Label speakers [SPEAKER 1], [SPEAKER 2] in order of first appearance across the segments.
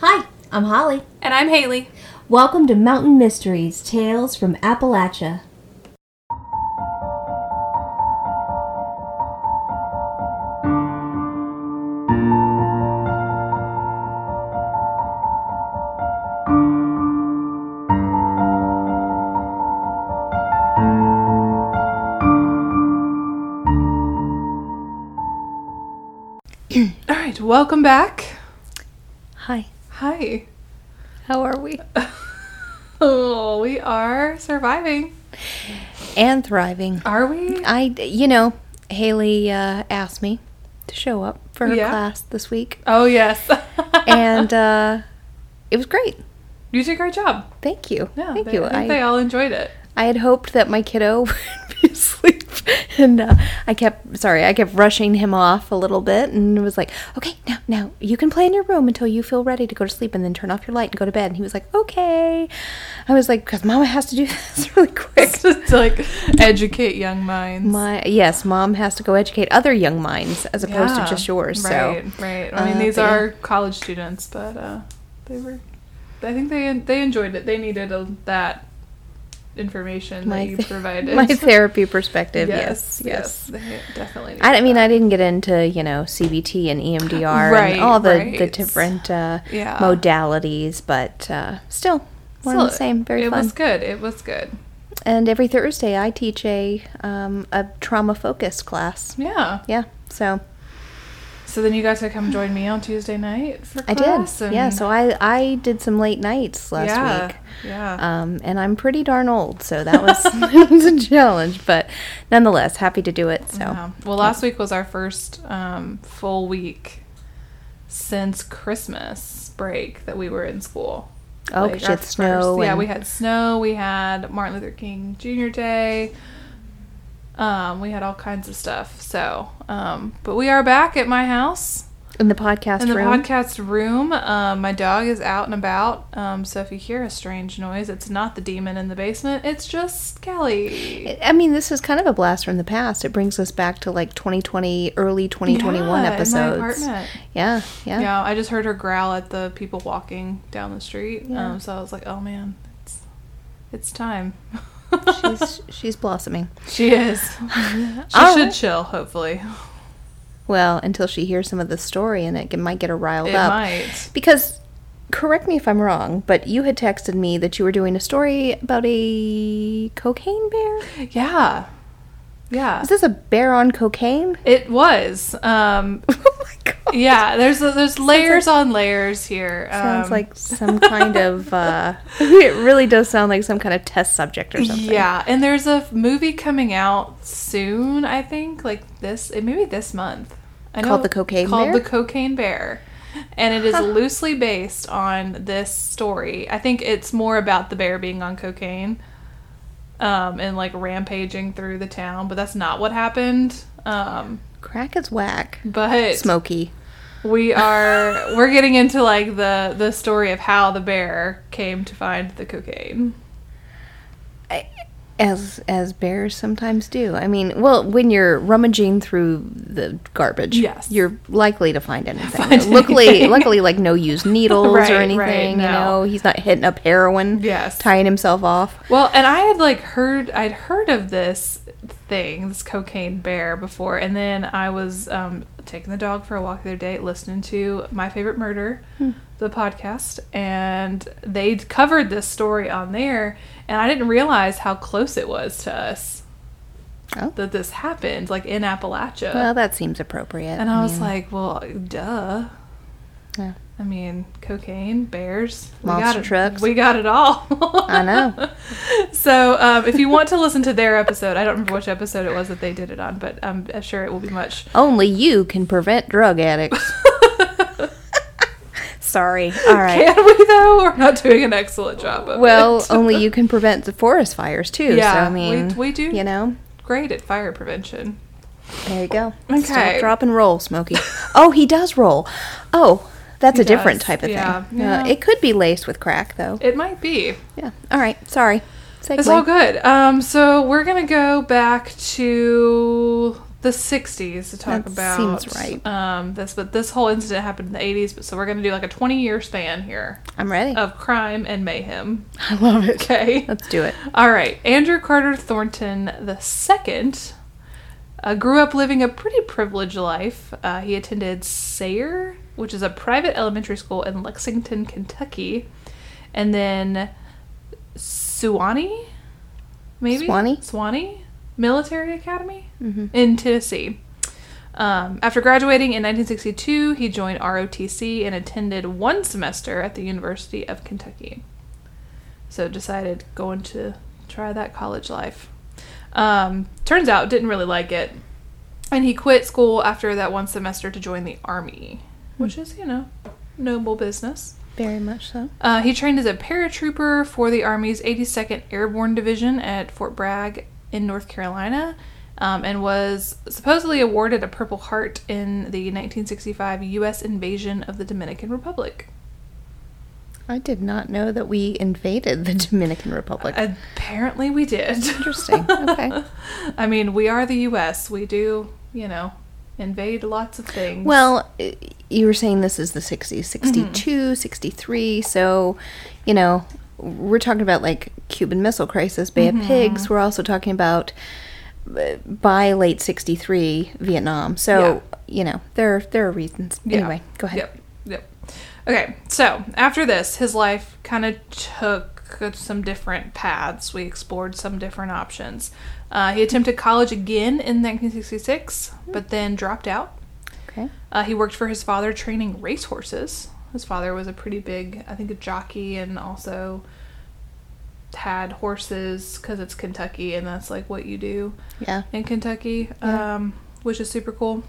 [SPEAKER 1] I'm Holly.
[SPEAKER 2] And I'm Haley.
[SPEAKER 1] Welcome to Mountain Mysteries Tales from Appalachia.
[SPEAKER 2] All right, welcome back.
[SPEAKER 3] Hi.
[SPEAKER 2] Hi.
[SPEAKER 3] How are we?
[SPEAKER 2] Oh, we are surviving.
[SPEAKER 3] And thriving.
[SPEAKER 2] Are we?
[SPEAKER 3] I, you know, Haley uh, asked me to show up for her
[SPEAKER 2] Yeah.
[SPEAKER 3] class this week,
[SPEAKER 2] Oh, yes.
[SPEAKER 3] and uh, it was great.
[SPEAKER 2] you did a great job.
[SPEAKER 3] Thank you.
[SPEAKER 2] Yeah,
[SPEAKER 3] Thank
[SPEAKER 2] they,
[SPEAKER 3] you.
[SPEAKER 2] I think they
[SPEAKER 3] I,
[SPEAKER 2] all enjoyed it.
[SPEAKER 3] I had hoped that my kiddo would be asleep, and uh, I kept sorry, I kept rushing him off a little bit, and was like, okay, now, now you can play in your room until you feel ready to go to sleep, and then turn off your light and go to bed. And he was like, okay. I was like, because Mama has to do this really quick.
[SPEAKER 2] It's just to, like educate young minds.
[SPEAKER 3] My yes, mom has to go educate other young minds as opposed
[SPEAKER 2] Yeah,
[SPEAKER 3] to just yours.
[SPEAKER 2] Right,
[SPEAKER 3] So
[SPEAKER 2] right. I mean,
[SPEAKER 3] uh,
[SPEAKER 2] these
[SPEAKER 3] but yeah.
[SPEAKER 2] are college students, but uh, they were. I think they they enjoyed it. They needed a, that information that you
[SPEAKER 3] th-
[SPEAKER 2] provided.
[SPEAKER 3] my therapy perspective. Yes, yes.
[SPEAKER 2] They definitely.
[SPEAKER 3] I I
[SPEAKER 2] needed
[SPEAKER 3] mean,
[SPEAKER 2] that.
[SPEAKER 3] I didn't get into you know CBT and E EMDR
[SPEAKER 2] Right,
[SPEAKER 3] and all the the
[SPEAKER 2] right.
[SPEAKER 3] different uh,
[SPEAKER 2] Yeah.
[SPEAKER 3] modalities, but uh, still one
[SPEAKER 2] Still,
[SPEAKER 3] and the same. Very
[SPEAKER 2] it
[SPEAKER 3] fun.
[SPEAKER 2] was good. It was good.
[SPEAKER 3] And every Thursday, I teach a um, a trauma focused class.
[SPEAKER 2] Yeah.
[SPEAKER 3] Yeah, so
[SPEAKER 2] So then you got to come join me on Tuesday night for
[SPEAKER 3] I
[SPEAKER 2] class.
[SPEAKER 3] did. Yeah, so I I did some late nights last
[SPEAKER 2] yeah,
[SPEAKER 3] week.
[SPEAKER 2] Yeah.
[SPEAKER 3] Um, and I'm pretty darn old, so that was, that was a challenge. But nonetheless, happy to do it. So
[SPEAKER 2] Yeah. Well, last week was our first um, full week since Christmas break that we were in school.
[SPEAKER 3] Oh, 'cause you
[SPEAKER 2] our
[SPEAKER 3] had snow
[SPEAKER 2] first- yeah,
[SPEAKER 3] and-
[SPEAKER 2] we had snow. We had Martin Luther King Jr. Day. Um, we had all kinds of stuff. So, um, but we are back at my house.
[SPEAKER 3] in the podcast
[SPEAKER 2] in the
[SPEAKER 3] room,
[SPEAKER 2] podcast room um, my dog is out and about um, so if you hear a strange noise it's not the demon in the basement it's just kelly
[SPEAKER 3] I- I mean, this is kind of a blast from the past. It brings us back to like 2020, early 2021
[SPEAKER 2] Yeah, in my
[SPEAKER 3] episodes.
[SPEAKER 2] apartment.
[SPEAKER 3] yeah, yeah,
[SPEAKER 2] yeah i just heard her growl at the people walking down the street um, so i was like oh man it's it's time
[SPEAKER 3] She's she's blossoming.
[SPEAKER 2] she is she
[SPEAKER 3] All
[SPEAKER 2] should
[SPEAKER 3] right.
[SPEAKER 2] chill hopefully
[SPEAKER 3] Well, until she hears some of the story, and it g- might get her riled
[SPEAKER 2] it
[SPEAKER 3] up.
[SPEAKER 2] might
[SPEAKER 3] Because, correct me if I'm wrong, but you had texted me that you were doing a story about a cocaine bear.
[SPEAKER 2] yeah yeah
[SPEAKER 3] Is this a bear on cocaine?
[SPEAKER 2] it was um
[SPEAKER 3] oh my god.
[SPEAKER 2] yeah there's there's layers on layers here
[SPEAKER 3] Sounds
[SPEAKER 2] um,
[SPEAKER 3] like some kind of uh it really does sound like some kind of test subject or something.
[SPEAKER 2] Yeah, and there's a f- movie coming out soon. I think like this, eh, maybe this month. I
[SPEAKER 3] Called The Cocaine Bear?
[SPEAKER 2] called the Cocaine Bear, and it is loosely based on this story. I think it's more about the bear being on cocaine, um, and like rampaging through the town. But that's not what happened. Um,
[SPEAKER 3] Crack is whack.
[SPEAKER 2] but
[SPEAKER 3] Smoky.
[SPEAKER 2] we are we're getting into like the the story of how the bear came to find the cocaine.
[SPEAKER 3] I- As as bears sometimes do. I mean, well, when you're rummaging through the garbage,
[SPEAKER 2] Yes.
[SPEAKER 3] you're likely to find anything.
[SPEAKER 2] Find
[SPEAKER 3] luckily,
[SPEAKER 2] anything.
[SPEAKER 3] luckily, like no used needles
[SPEAKER 2] Right,
[SPEAKER 3] or
[SPEAKER 2] right,
[SPEAKER 3] anything. You
[SPEAKER 2] no.
[SPEAKER 3] know, he's not hitting up heroin.
[SPEAKER 2] Yes.
[SPEAKER 3] tying himself off.
[SPEAKER 2] Well, and I had like heard I'd heard of this thing, this cocaine bear before, and then I was um, taking the dog for a walk the other day, listening to My Favorite Murder,
[SPEAKER 3] Hmm.
[SPEAKER 2] the podcast, and they'd covered this story on there, and I didn't realize how close it was to us
[SPEAKER 3] Oh.
[SPEAKER 2] that this happened, like in Appalachia.
[SPEAKER 3] Well, that seems appropriate.
[SPEAKER 2] and I was
[SPEAKER 3] mean,
[SPEAKER 2] like, well, duh.
[SPEAKER 3] yeah.
[SPEAKER 2] I mean, cocaine, bears, we got
[SPEAKER 3] Monster
[SPEAKER 2] it,
[SPEAKER 3] trucks.
[SPEAKER 2] We got it all.
[SPEAKER 3] I know.
[SPEAKER 2] So, um, if you want to listen to their episode, I don't remember which episode it was that they did it on, but I'm sure it will be much.
[SPEAKER 3] Only you can prevent drug addicts. Sorry. All right.
[SPEAKER 2] Can we though? We're not doing an excellent job of
[SPEAKER 3] Well,
[SPEAKER 2] it.
[SPEAKER 3] only you can prevent the forest fires too. so,
[SPEAKER 2] Yeah,
[SPEAKER 3] I mean,
[SPEAKER 2] we- we do.
[SPEAKER 3] You know,
[SPEAKER 2] great at fire prevention.
[SPEAKER 3] there you go.
[SPEAKER 2] Okay.
[SPEAKER 3] Stop, drop, and roll, Smokey. oh, he does roll. Oh, that's
[SPEAKER 2] He
[SPEAKER 3] a different
[SPEAKER 2] does,
[SPEAKER 3] type of
[SPEAKER 2] yeah,
[SPEAKER 3] thing.
[SPEAKER 2] yeah.
[SPEAKER 3] Uh, it could be laced with crack, though.
[SPEAKER 2] It might be.
[SPEAKER 3] yeah. All right. Sorry.
[SPEAKER 2] It's
[SPEAKER 3] Segue.
[SPEAKER 2] all good. Um, so we're gonna go back to the 60s to talk
[SPEAKER 3] That
[SPEAKER 2] about
[SPEAKER 3] seems right.
[SPEAKER 2] um, this, but this whole incident happened in the 80s. But so we're going to do like a 20 year span here
[SPEAKER 3] I'm ready.
[SPEAKER 2] of crime and mayhem.
[SPEAKER 3] I love it.
[SPEAKER 2] Okay.
[SPEAKER 3] Let's do it.
[SPEAKER 2] All right. Andrew Carter Thornton II uh, grew up living a pretty privileged life. Uh, he attended Sayre, which is a private elementary school in Lexington, Kentucky, and then Suwanee, maybe?
[SPEAKER 3] Suwanee?
[SPEAKER 2] Suwanee Military Academy in Tennessee. Um, after graduating in 1962, he joined ROTC and attended one semester at the University of Kentucky so decided going to try that college life. Um, turns out didn't really like it, and he quit school after that one semester to join the army, which is you know noble business.
[SPEAKER 3] Very much so.
[SPEAKER 2] Uh, he trained as a paratrooper for the Army's 82nd Airborne Division at Fort Bragg in North Carolina um, and was supposedly awarded a Purple Heart in the 1965 U.S. invasion of the Dominican Republic.
[SPEAKER 3] I did not know that we invaded the Dominican Republic.
[SPEAKER 2] Apparently, we did.
[SPEAKER 3] Interesting. Okay.
[SPEAKER 2] I mean, we are the U.S. We do, you know, invade lots of things.
[SPEAKER 3] Well, i- you were saying this is the 60s, 62,
[SPEAKER 2] Mm-hmm.
[SPEAKER 3] 63. So, you know, we're talking about like Cuban Missile Crisis, Bay
[SPEAKER 2] Mm-hmm.
[SPEAKER 3] of Pigs. We're also talking about uh, by late 63 Vietnam. So, you know, there there are reasons.
[SPEAKER 2] Yeah.
[SPEAKER 3] Anyway, go ahead.
[SPEAKER 2] Yep. Yep. Okay. So after this, his life kind of took some different paths. We explored some different options. Uh, he attempted college again in 1966,
[SPEAKER 3] Hmm.
[SPEAKER 2] but then dropped out.
[SPEAKER 3] Okay.
[SPEAKER 2] Uh, he worked for his father training racehorses. His father was a pretty big, I think, a jockey and also had horses because it's Kentucky and that's like what you do.
[SPEAKER 3] Yeah.
[SPEAKER 2] in Kentucky,
[SPEAKER 3] Yeah.
[SPEAKER 2] um, which is super cool.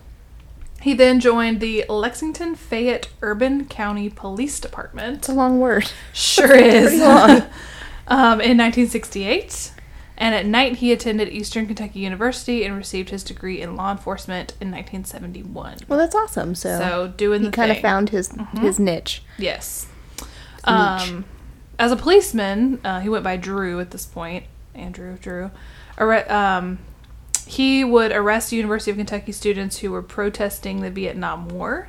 [SPEAKER 2] He then joined the Lexington Fayette Urban County Police Department.
[SPEAKER 3] It's a long word.
[SPEAKER 2] Sure is.
[SPEAKER 3] pretty long.
[SPEAKER 2] um, in 1968. And at night, he attended Eastern Kentucky University and received his degree in law enforcement in 1971.
[SPEAKER 3] Well, that's awesome. So,
[SPEAKER 2] So, doing
[SPEAKER 3] he
[SPEAKER 2] the
[SPEAKER 3] kind of
[SPEAKER 2] thing.
[SPEAKER 3] found his his niche.
[SPEAKER 2] Yes.
[SPEAKER 3] niche.
[SPEAKER 2] Um, as a policeman, uh, he went by Drew at this point. Andrew Drew. Arre- um, he would arrest University of Kentucky students who were protesting the Vietnam War.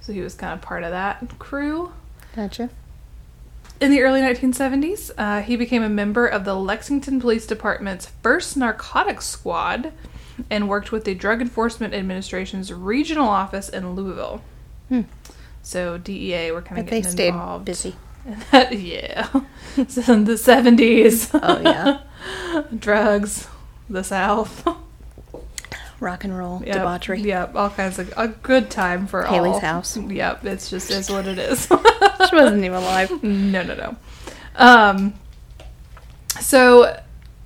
[SPEAKER 2] So he was kind of part of that crew.
[SPEAKER 3] Gotcha.
[SPEAKER 2] In the early 1970s, uh, he became a member of the Lexington Police Department's first narcotics squad and worked with the Drug Enforcement Administration's regional office in Louisville. So DEA were kind
[SPEAKER 3] Hmm.
[SPEAKER 2] of
[SPEAKER 3] But they
[SPEAKER 2] getting
[SPEAKER 3] stayed
[SPEAKER 2] involved.
[SPEAKER 3] busy.
[SPEAKER 2] That- yeah. so in the 70s.
[SPEAKER 3] Oh, yeah.
[SPEAKER 2] Drugs, the South.
[SPEAKER 3] Rock and roll,
[SPEAKER 2] Yep,
[SPEAKER 3] debauchery.
[SPEAKER 2] Yep, all kinds of a good time for all.
[SPEAKER 3] Haley's house.
[SPEAKER 2] Yep, it's just is what it is.
[SPEAKER 3] She wasn't even alive.
[SPEAKER 2] no, no, no. Um, so,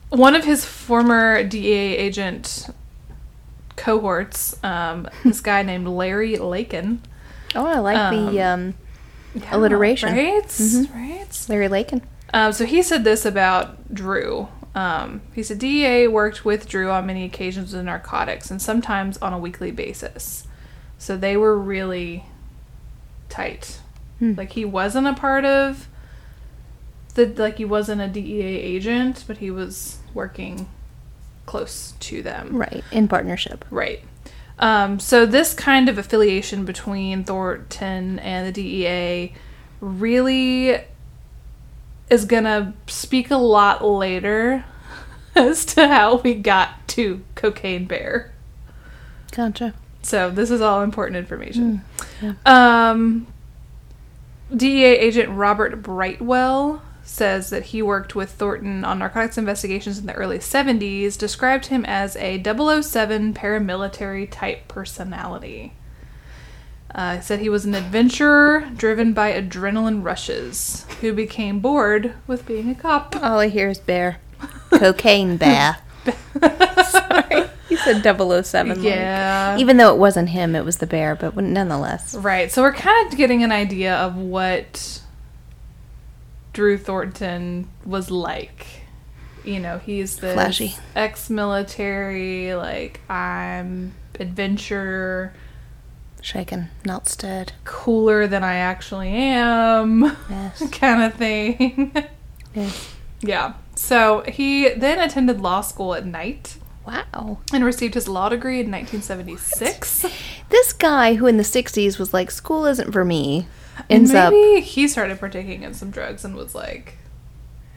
[SPEAKER 2] one of his former DEA agent cohorts, um, this guy named Larry Lakin.
[SPEAKER 3] Oh, I like the um, Alliteration. Mm-hmm.
[SPEAKER 2] Right? Right?
[SPEAKER 3] Larry Lakin.
[SPEAKER 2] Um, so he said this about Drew. Um, he said DEA worked with Drew on many occasions with narcotics and sometimes on a weekly basis. So they were really tight. Like he wasn't a part of the like he wasn't a DEA agent, but he was working close to them.
[SPEAKER 3] Right, in partnership.
[SPEAKER 2] Right. Um, so this kind of affiliation between Thornton and the DEA really is gonna speak a lot later as to how we got to Cocaine Bear.
[SPEAKER 3] Gotcha.
[SPEAKER 2] So this is all important information. Um, DEA agent Robert Brightwell says that he worked with Thornton on narcotics investigations in the early 70s, described him as a 007 paramilitary type personality. Uh, said he was an adventurer driven by adrenaline rushes who became bored with being a cop.
[SPEAKER 3] All I hear is bear. Cocaine bear. Sorry. He said 007. like-
[SPEAKER 2] Yeah.
[SPEAKER 3] even though it wasn't him, it was the bear, but nonetheless.
[SPEAKER 2] Right. So we're kind of getting an idea of what Drew Thornton was like. You know, he's this
[SPEAKER 3] Flashy.
[SPEAKER 2] ex-military, like I'm adventurer,
[SPEAKER 3] Shaken, not stirred.
[SPEAKER 2] cooler than I actually am,
[SPEAKER 3] Yes.
[SPEAKER 2] kind of thing.
[SPEAKER 3] yes.
[SPEAKER 2] yeah. So he then attended law school at night
[SPEAKER 3] Wow.
[SPEAKER 2] and received his law degree in 1976.
[SPEAKER 3] This guy who in the 60s was like, school isn't for me,
[SPEAKER 2] And
[SPEAKER 3] ends up.
[SPEAKER 2] maybe he started partaking in some drugs and was like,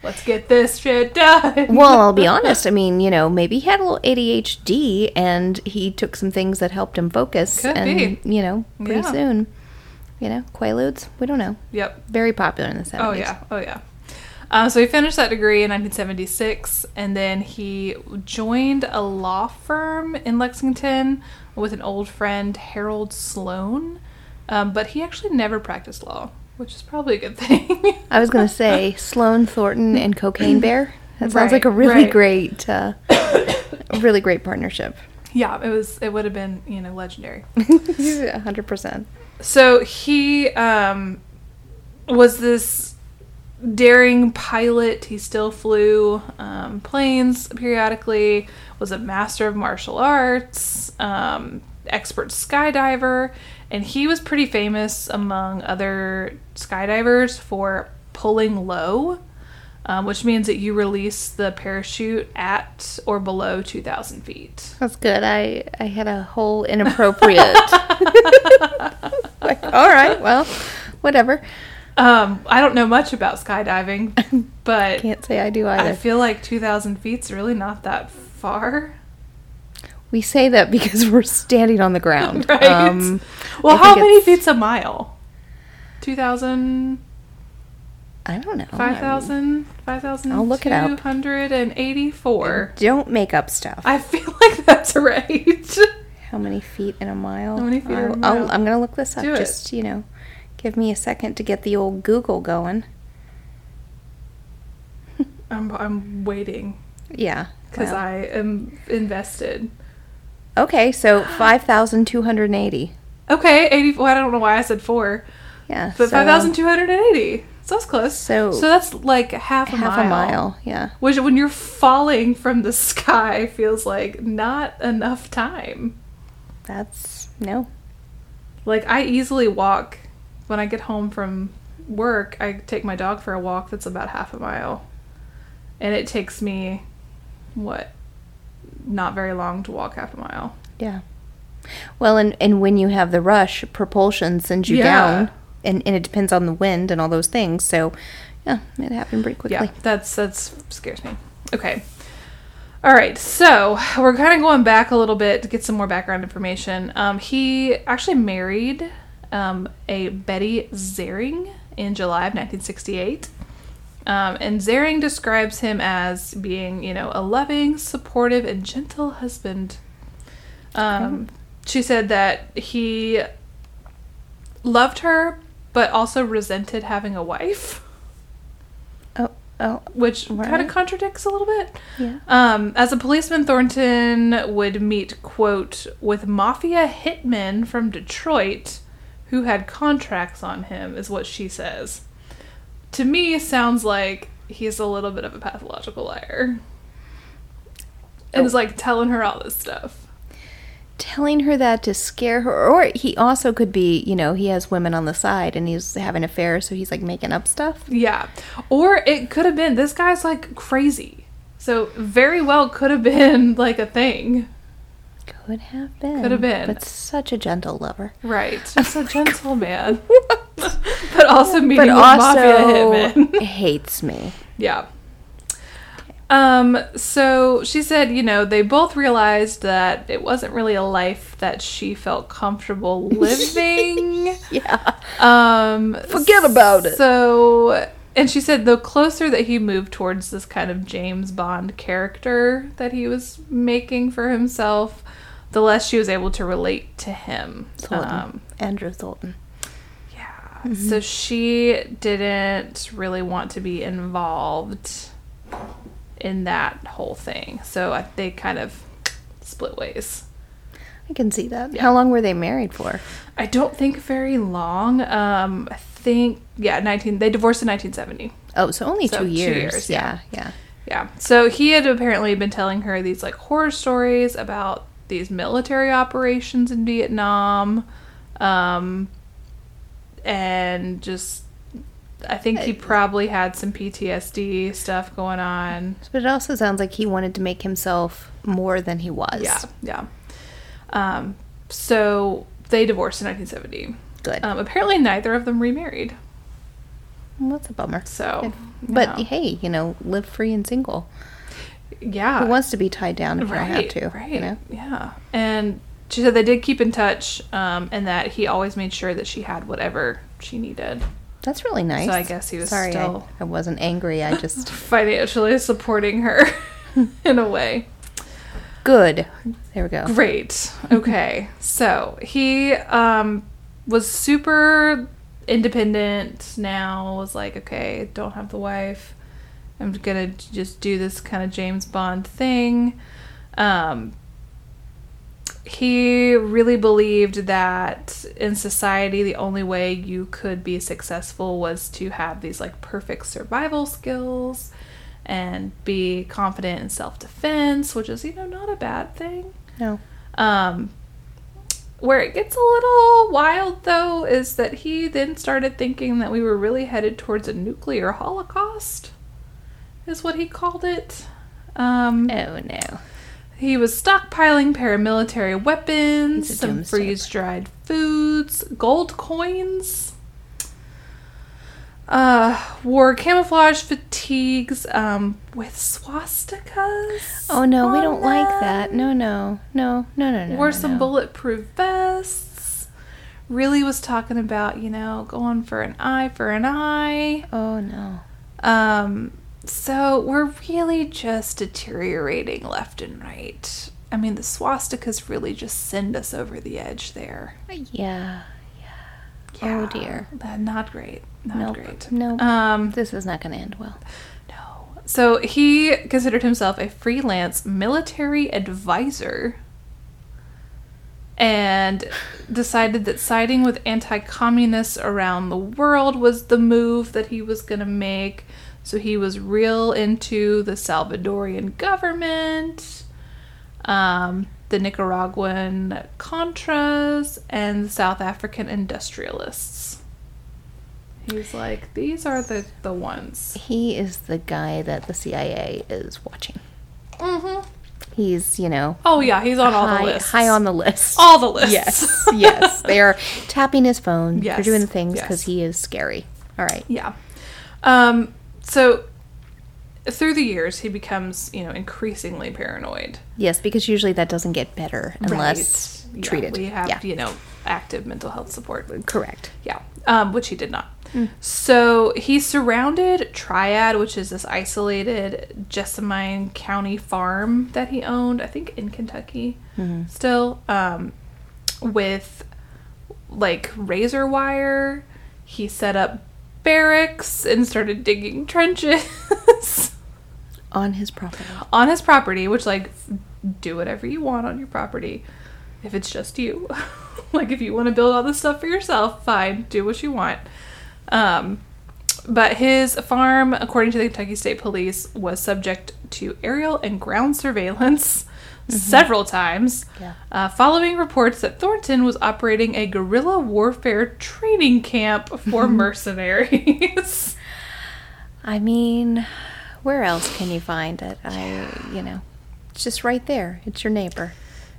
[SPEAKER 2] let's get this shit done.
[SPEAKER 3] Well, I'll be honest. I mean, you know, maybe he had a little ADHD and he took some things that helped him focus.
[SPEAKER 2] Could
[SPEAKER 3] and, you know, pretty
[SPEAKER 2] Yeah.
[SPEAKER 3] soon, you know, Quaaludes, we don't know.
[SPEAKER 2] Yep.
[SPEAKER 3] Very popular in the 70s.
[SPEAKER 2] Oh, yeah. Oh, yeah. Um, so he finished that degree in 1976, and then he joined a law firm in Lexington with an old friend, Harold Sloan. Um, but he actually never practiced law, which is probably a good thing.
[SPEAKER 3] I was going to say Sloan Thornton and Cocaine Bear. That sounds like a
[SPEAKER 2] Right,
[SPEAKER 3] really
[SPEAKER 2] right.
[SPEAKER 3] great, uh, a really great partnership.
[SPEAKER 2] yeah, it was. It would have been, you know, legendary.
[SPEAKER 3] 100%.
[SPEAKER 2] So he um, was this daring pilot. He still flew um, planes periodically. Was a master of martial arts, um, expert skydiver, and he was pretty famous among other skydivers for pulling low, um, which means that you release the parachute at or below two thousand feet.
[SPEAKER 3] That's good. I, I had a whole inappropriate. like, all right, well, whatever.
[SPEAKER 2] Um, I don't know much about skydiving, but
[SPEAKER 3] Can't say I do either.
[SPEAKER 2] I feel like 2,000 feet's really not that far.
[SPEAKER 3] we say that because we're standing on the ground.
[SPEAKER 2] Right?
[SPEAKER 3] Um,
[SPEAKER 2] well,
[SPEAKER 3] I
[SPEAKER 2] how
[SPEAKER 3] think
[SPEAKER 2] many
[SPEAKER 3] it's-
[SPEAKER 2] feet's a mile? 2,000,
[SPEAKER 3] I don't know. Oh, I mean,
[SPEAKER 2] 5,000,
[SPEAKER 3] I'll look it up.
[SPEAKER 2] 5,284.
[SPEAKER 3] Don't make up stuff.
[SPEAKER 2] I feel like that's right.
[SPEAKER 3] How many feet in a mile?
[SPEAKER 2] How many feet in a
[SPEAKER 3] I'll- I'll-
[SPEAKER 2] mile?
[SPEAKER 3] I'm going to look this up.
[SPEAKER 2] Do it.
[SPEAKER 3] Just, you know, give me a second to get the old Google going.
[SPEAKER 2] I'm, I'm waiting
[SPEAKER 3] Yeah.
[SPEAKER 2] because
[SPEAKER 3] wow.
[SPEAKER 2] I am invested.
[SPEAKER 3] Okay, so 5,280.
[SPEAKER 2] Okay, 80. Well, I don't know why I said four,
[SPEAKER 3] Yeah.
[SPEAKER 2] but
[SPEAKER 3] so
[SPEAKER 2] 5,280. So that's close.
[SPEAKER 3] So-
[SPEAKER 2] so that's like half a
[SPEAKER 3] half
[SPEAKER 2] mile.
[SPEAKER 3] a mile. Yeah.
[SPEAKER 2] Which, when you're falling from the sky, feels like not enough time.
[SPEAKER 3] That's no.
[SPEAKER 2] Like, I easily walk when I get home from work. I take my dog for a walk that's about half a mile. And it takes me, what, not very long to walk half a mile.
[SPEAKER 3] Yeah. Well, and and when you have the rush, propulsion sends you
[SPEAKER 2] Yeah.
[SPEAKER 3] down, and and it depends on the wind and all those things. So, yeah, it happened pretty quickly.
[SPEAKER 2] Yeah, that's that's scares me. Okay. All right, so we're kind of going back a little bit to get some more background information. Um, he actually married um, a Betty Zering in July of 1968. Um, and Zering describes him as being, you know, a loving, supportive, and gentle husband. Um, she said that he loved her, but also resented having a wife
[SPEAKER 3] Oh, oh,
[SPEAKER 2] which kind
[SPEAKER 3] Right.
[SPEAKER 2] of contradicts a little bit.
[SPEAKER 3] Yeah.
[SPEAKER 2] Um, as a policeman, Thornton would meet, quote, with mafia hitmen from Detroit who had contracts on him, is what she says. To me, sounds like he's a little bit of a pathological liar. And is like telling her all this stuff.
[SPEAKER 3] telling her that to scare her, or he also could be, you know, he has women on the side and he's having affairs, so he's like making up stuff.
[SPEAKER 2] Yeah. Or it could have been this guy's like crazy. So very well could have been like a thing.
[SPEAKER 3] Could have been.
[SPEAKER 2] Could have been.
[SPEAKER 3] But such a gentle lover.
[SPEAKER 2] Right. Just a gentleman. but also meeting
[SPEAKER 3] but
[SPEAKER 2] with mafia
[SPEAKER 3] also
[SPEAKER 2] hitmen.
[SPEAKER 3] hates me.
[SPEAKER 2] yeah. Um, so she said, you know, they both realized that it wasn't really a life that she felt comfortable living.
[SPEAKER 3] Yeah.
[SPEAKER 2] um
[SPEAKER 3] Forget about it.
[SPEAKER 2] So and she said the closer that he moved towards this kind of James Bond character that he was making for himself, the less she was able to relate to him. Um,
[SPEAKER 3] Thornton. Andrew Thornton.
[SPEAKER 2] Yeah. So she didn't really want to be involved in that whole thing. So I, they kind of split ways.
[SPEAKER 3] I can see that. How long were they married for?
[SPEAKER 2] I don't think very long. Um, I think yeah, nineteen. They divorced in nineteen seventy.
[SPEAKER 3] Oh, so only
[SPEAKER 2] So
[SPEAKER 3] two
[SPEAKER 2] two
[SPEAKER 3] years.
[SPEAKER 2] years,
[SPEAKER 3] yeah, yeah.
[SPEAKER 2] Yeah. So he had apparently been telling her these like horror stories about these military operations in Vietnam, um, and just I think he probably had some PTSD stuff going on.
[SPEAKER 3] But it also sounds like he wanted to make himself more than he was.
[SPEAKER 2] Yeah, yeah. Um, so they divorced in 1970.
[SPEAKER 3] Good.
[SPEAKER 2] Um, apparently, neither of them remarried.
[SPEAKER 3] Well, that's a bummer.
[SPEAKER 2] So, you
[SPEAKER 3] But
[SPEAKER 2] know.
[SPEAKER 3] hey, you know, live free and single.
[SPEAKER 2] yeah,
[SPEAKER 3] Who wants to be tied down if
[SPEAKER 2] right,
[SPEAKER 3] you don't have to?
[SPEAKER 2] right,
[SPEAKER 3] You know?
[SPEAKER 2] yeah. And she said they did keep in touch, um, and that he always made sure that she had whatever she needed
[SPEAKER 3] That's really nice.
[SPEAKER 2] I guess he was
[SPEAKER 3] Sorry, I-
[SPEAKER 2] still-
[SPEAKER 3] I, wasn't angry. I just
[SPEAKER 2] financially supporting her in a way.
[SPEAKER 3] good. There we go.
[SPEAKER 2] Great. Okay. so he um, was super independent now, was like, okay, don't have the wife. I'm going to just do this kind of James Bond thing. Um, he really believed that in society, the only way you could be successful was to have these like perfect survival skills and be confident in self defense, which is, you know, not a bad thing.
[SPEAKER 3] No.
[SPEAKER 2] Um, where it gets a little wild, though, is that he then started thinking that we were really headed towards a nuclear holocaust, is what he called it. Um,
[SPEAKER 3] Oh no.
[SPEAKER 2] he was stockpiling paramilitary
[SPEAKER 3] He's a
[SPEAKER 2] weapons, some
[SPEAKER 3] doomsday planner.
[SPEAKER 2] freeze dried foods, gold coins, uh, wore camouflage fatigues um, with swastikas.
[SPEAKER 3] Oh no, we
[SPEAKER 2] on
[SPEAKER 3] don't like
[SPEAKER 2] them
[SPEAKER 3] that. No, no, no, no, no, no.
[SPEAKER 2] wore
[SPEAKER 3] no,
[SPEAKER 2] some
[SPEAKER 3] no.
[SPEAKER 2] bulletproof vests. Really was talking about, you know, going for an eye for an eye.
[SPEAKER 3] Oh no.
[SPEAKER 2] Um, so we're really just deteriorating left and right. I mean, the swastikas really just send us over the edge there.
[SPEAKER 3] Yeah. Oh, dear.
[SPEAKER 2] That- not great. Not
[SPEAKER 3] Nope.
[SPEAKER 2] great.
[SPEAKER 3] Nope.
[SPEAKER 2] Um,
[SPEAKER 3] This is not going to end well.
[SPEAKER 2] no. So he considered himself a freelance military advisor and decided that siding with anti communists around the world was the move that he was going to make. So he was real into the Salvadorian government, um, the Nicaraguan Contras, and the South African industrialists. He's like, these are the, the ones.
[SPEAKER 3] He is the guy that the CIA is watching.
[SPEAKER 2] hmm
[SPEAKER 3] He's, you know,
[SPEAKER 2] Oh yeah, he's on all
[SPEAKER 3] high,
[SPEAKER 2] the lists.
[SPEAKER 3] high on the list.
[SPEAKER 2] all the lists.
[SPEAKER 3] Yes, yes. They are tapping his phone.
[SPEAKER 2] Yes,
[SPEAKER 3] They're doing things
[SPEAKER 2] yes.
[SPEAKER 3] because he is scary. All right.
[SPEAKER 2] yeah. Um. So through the years, he becomes you know increasingly paranoid.
[SPEAKER 3] Yes, because usually that doesn't get better unless
[SPEAKER 2] Right. Yeah,
[SPEAKER 3] treated.
[SPEAKER 2] we have
[SPEAKER 3] yeah.
[SPEAKER 2] you know active mental health support.
[SPEAKER 3] Correct.
[SPEAKER 2] Yeah, um, which he did not. So he surrounded Triad, which is this isolated Jessamine County farm that he owned, I think in Kentucky, still, um, with like razor wire. He set up barracks and started digging trenches
[SPEAKER 3] On his property.
[SPEAKER 2] on his property, which, like, do whatever you want on your property if it's just you. like, if you want to build all this stuff for yourself, fine, do what you want. Um, but his farm, according to the Kentucky State Police, was subject to aerial and ground surveillance several times
[SPEAKER 3] Mm-hmm. Yeah.
[SPEAKER 2] uh, following reports that Thornton was operating a guerrilla warfare training camp for mercenaries.
[SPEAKER 3] I mean, where else can you find it? I, you know, it's just right there. It's your neighbor.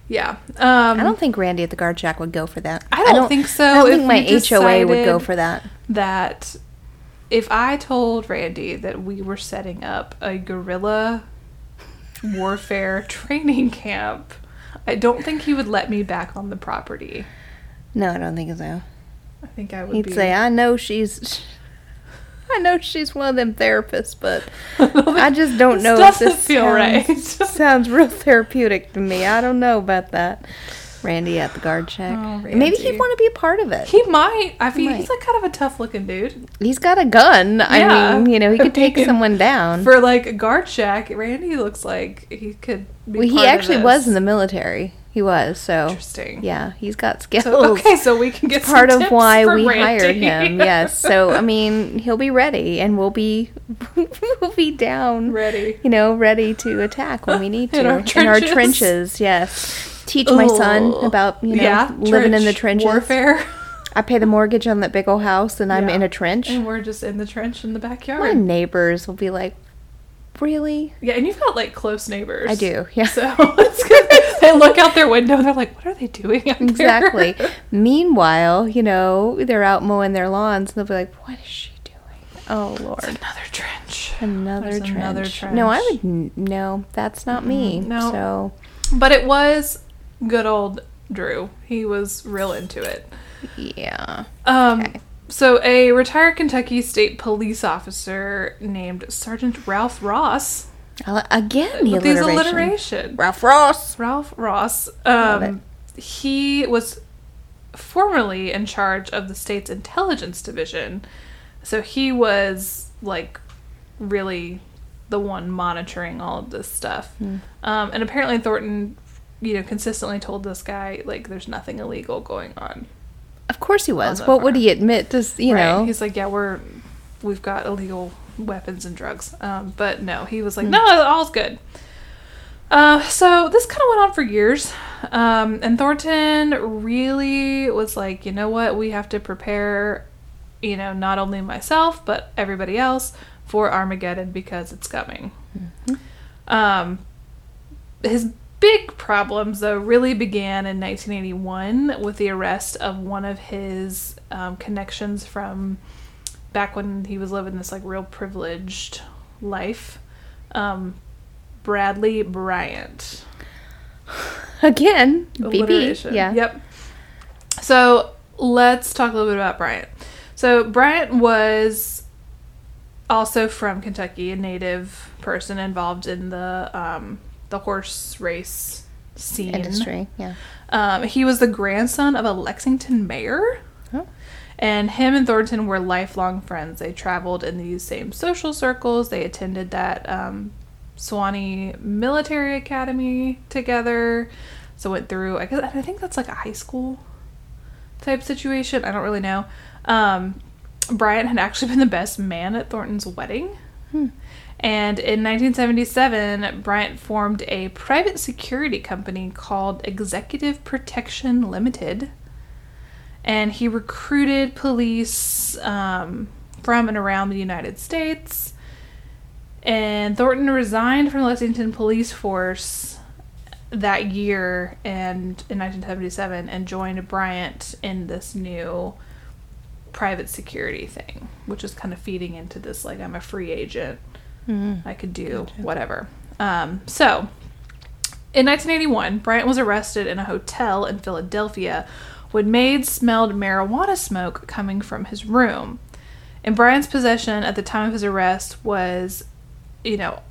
[SPEAKER 2] yeah. Um,
[SPEAKER 3] I don't think Randy at the guard shack would go for that.
[SPEAKER 2] I don't think so.
[SPEAKER 3] I don't
[SPEAKER 2] If
[SPEAKER 3] think my
[SPEAKER 2] we
[SPEAKER 3] HOA would go
[SPEAKER 2] decided-
[SPEAKER 3] for that.
[SPEAKER 2] that if I told Randy that we were setting up a guerrilla warfare training camp, I don't think he would let me back on the property.
[SPEAKER 3] No, I don't think so.
[SPEAKER 2] I think I would
[SPEAKER 3] He'd
[SPEAKER 2] be.
[SPEAKER 3] say, "I know she's, I know she's one of them therapists, but
[SPEAKER 2] don't
[SPEAKER 3] I
[SPEAKER 2] think-
[SPEAKER 3] just don't
[SPEAKER 2] this
[SPEAKER 3] know if
[SPEAKER 2] doesn't
[SPEAKER 3] this
[SPEAKER 2] feel
[SPEAKER 3] sounds,
[SPEAKER 2] right."
[SPEAKER 3] sounds real therapeutic to me. I don't know about that." Randy at the guard check.
[SPEAKER 2] Oh,
[SPEAKER 3] Maybe he'd
[SPEAKER 2] Randy.
[SPEAKER 3] want to be a part of it.
[SPEAKER 2] he might. I mean, he's
[SPEAKER 3] might.
[SPEAKER 2] like kind of a tough looking dude.
[SPEAKER 3] He's got a gun.
[SPEAKER 2] Yeah.
[SPEAKER 3] I mean, you know, he could take
[SPEAKER 2] Okay.
[SPEAKER 3] someone down.
[SPEAKER 2] For like a guard shack, Randy looks like he could be.
[SPEAKER 3] well, he
[SPEAKER 2] part of
[SPEAKER 3] actually
[SPEAKER 2] this.
[SPEAKER 3] was in the military. He was so.
[SPEAKER 2] Interesting.
[SPEAKER 3] Yeah, he's got skills.
[SPEAKER 2] So, okay, so we can get
[SPEAKER 3] It's part
[SPEAKER 2] some
[SPEAKER 3] of
[SPEAKER 2] tips
[SPEAKER 3] why
[SPEAKER 2] from
[SPEAKER 3] we hired
[SPEAKER 2] Randy.
[SPEAKER 3] him. Yes. So I mean, he'll be ready, and we'll be we'll be down,
[SPEAKER 2] Ready.
[SPEAKER 3] You know, ready to attack when we need to
[SPEAKER 2] In our trenches.
[SPEAKER 3] trenches, Yes. Teach my son
[SPEAKER 2] Ugh.
[SPEAKER 3] about you know
[SPEAKER 2] yeah,
[SPEAKER 3] living in the
[SPEAKER 2] trench
[SPEAKER 3] trenches.
[SPEAKER 2] warfare.
[SPEAKER 3] I pay the mortgage on that big old house and I'm
[SPEAKER 2] Yeah. Oh,
[SPEAKER 3] in a trench.
[SPEAKER 2] And we're just in the trench in the backyard.
[SPEAKER 3] My neighbors will be like, really?
[SPEAKER 2] Yeah, and you've got like close neighbors.
[SPEAKER 3] I do, yeah.
[SPEAKER 2] So it's good. they look out their window and they're like, "What are they doing?" Out there?"
[SPEAKER 3] Exactly. Meanwhile, you know, they're out mowing their lawns and they'll be like, what is she doing? Oh,
[SPEAKER 2] It's
[SPEAKER 3] Lord.
[SPEAKER 2] another trench.
[SPEAKER 3] Another
[SPEAKER 2] There's
[SPEAKER 3] trench.
[SPEAKER 2] another
[SPEAKER 3] No, I
[SPEAKER 2] trench. Mm-hmm.
[SPEAKER 3] would. n- No, that's not me.
[SPEAKER 2] no.
[SPEAKER 3] So,
[SPEAKER 2] But it was good old Drew. He was real into it.
[SPEAKER 3] yeah.
[SPEAKER 2] Um,
[SPEAKER 3] Okay.
[SPEAKER 2] So, a retired Kentucky state police officer named Sergeant Ralph Ross.
[SPEAKER 3] I'll- Again, the
[SPEAKER 2] with these
[SPEAKER 3] alliteration.
[SPEAKER 2] alliteration.
[SPEAKER 3] Ralph Ross.
[SPEAKER 2] Ralph Ross.
[SPEAKER 3] Love it.
[SPEAKER 2] Um, he was formerly in charge of the state's intelligence division, so he was like really the one monitoring all of this stuff.
[SPEAKER 3] Hmm.
[SPEAKER 2] Um, and apparently, Thornton, you know, consistently told this guy like, "There's nothing illegal going on."
[SPEAKER 3] Of course he was.
[SPEAKER 2] the
[SPEAKER 3] What would
[SPEAKER 2] farm.
[SPEAKER 3] he admit to? s- You
[SPEAKER 2] right?
[SPEAKER 3] know,
[SPEAKER 2] he's like, "Yeah, we're we've got illegal weapons and drugs," um, but no, he was like,
[SPEAKER 3] Hmm.
[SPEAKER 2] "No, all's good." Uh, so this kind of went on for years, um, and Thornton really was like, you know what, we have to prepare, you know, not only myself but everybody else for Armageddon because it's coming.
[SPEAKER 3] Mm-hmm.
[SPEAKER 2] Um, his big problems though really began in 1981 with the arrest of one of his um, connections from back when he was living this like real privileged life. Um, Bradley Bryant.
[SPEAKER 3] again, BB.
[SPEAKER 2] Alliteration.
[SPEAKER 3] Yeah.
[SPEAKER 2] Yep. So let's talk a little bit about Bryant. So Bryant was also from Kentucky, a native person involved in the um, the horse race scene.
[SPEAKER 3] Industry. Yeah.
[SPEAKER 2] Um, he was the grandson of a Lexington mayor.
[SPEAKER 3] Oh.
[SPEAKER 2] And him and Thornton were lifelong friends. They traveled in these same social circles. They attended that um, Swanee Military Academy together. So went through. I guess I think that's like a high school type situation. I don't really know. Um, Bryant had actually been the best man at Thornton's wedding. And in 1977, Bryant formed a private security company called Executive Protection Limited. And he recruited police um, from and around the United States. And Thornton resigned from the Lexington police force that year and in 1977 and joined Bryant in this new private security thing, which is kind of feeding into this like I'm a free agent. I could do whatever. Um, so in 1981, Bryant was arrested in a hotel in Philadelphia when maids smelled marijuana smoke coming from his room. In Bryant's possession at the time of his arrest was, you know,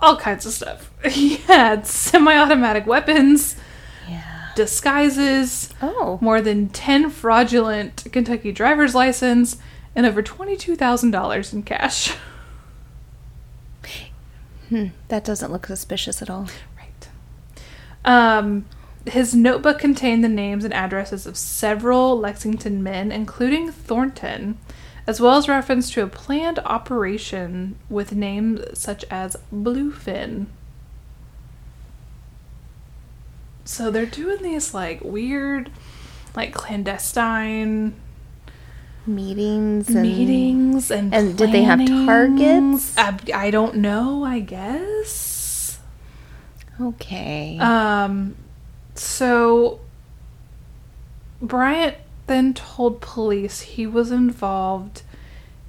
[SPEAKER 2] all kinds of stuff. He had semi automatic weapons,
[SPEAKER 3] Yeah.
[SPEAKER 2] disguises,
[SPEAKER 3] Oh.
[SPEAKER 2] more than 10 fraudulent Kentucky driver's license, and over $22,000 in cash.
[SPEAKER 3] Hmm. That doesn't look suspicious at all.
[SPEAKER 2] Right. Um, his notebook contained the names and addresses of several Lexington men, including Thornton, as well as reference to a planned operation with names such as Bluefin. So they're doing these like weird, like clandestine
[SPEAKER 3] Meetings and
[SPEAKER 2] meetings and
[SPEAKER 3] and did they have
[SPEAKER 2] plannings.
[SPEAKER 3] targets?
[SPEAKER 2] I, I don't know. I guess.
[SPEAKER 3] Okay.
[SPEAKER 2] Um, so Bryant then told police he was involved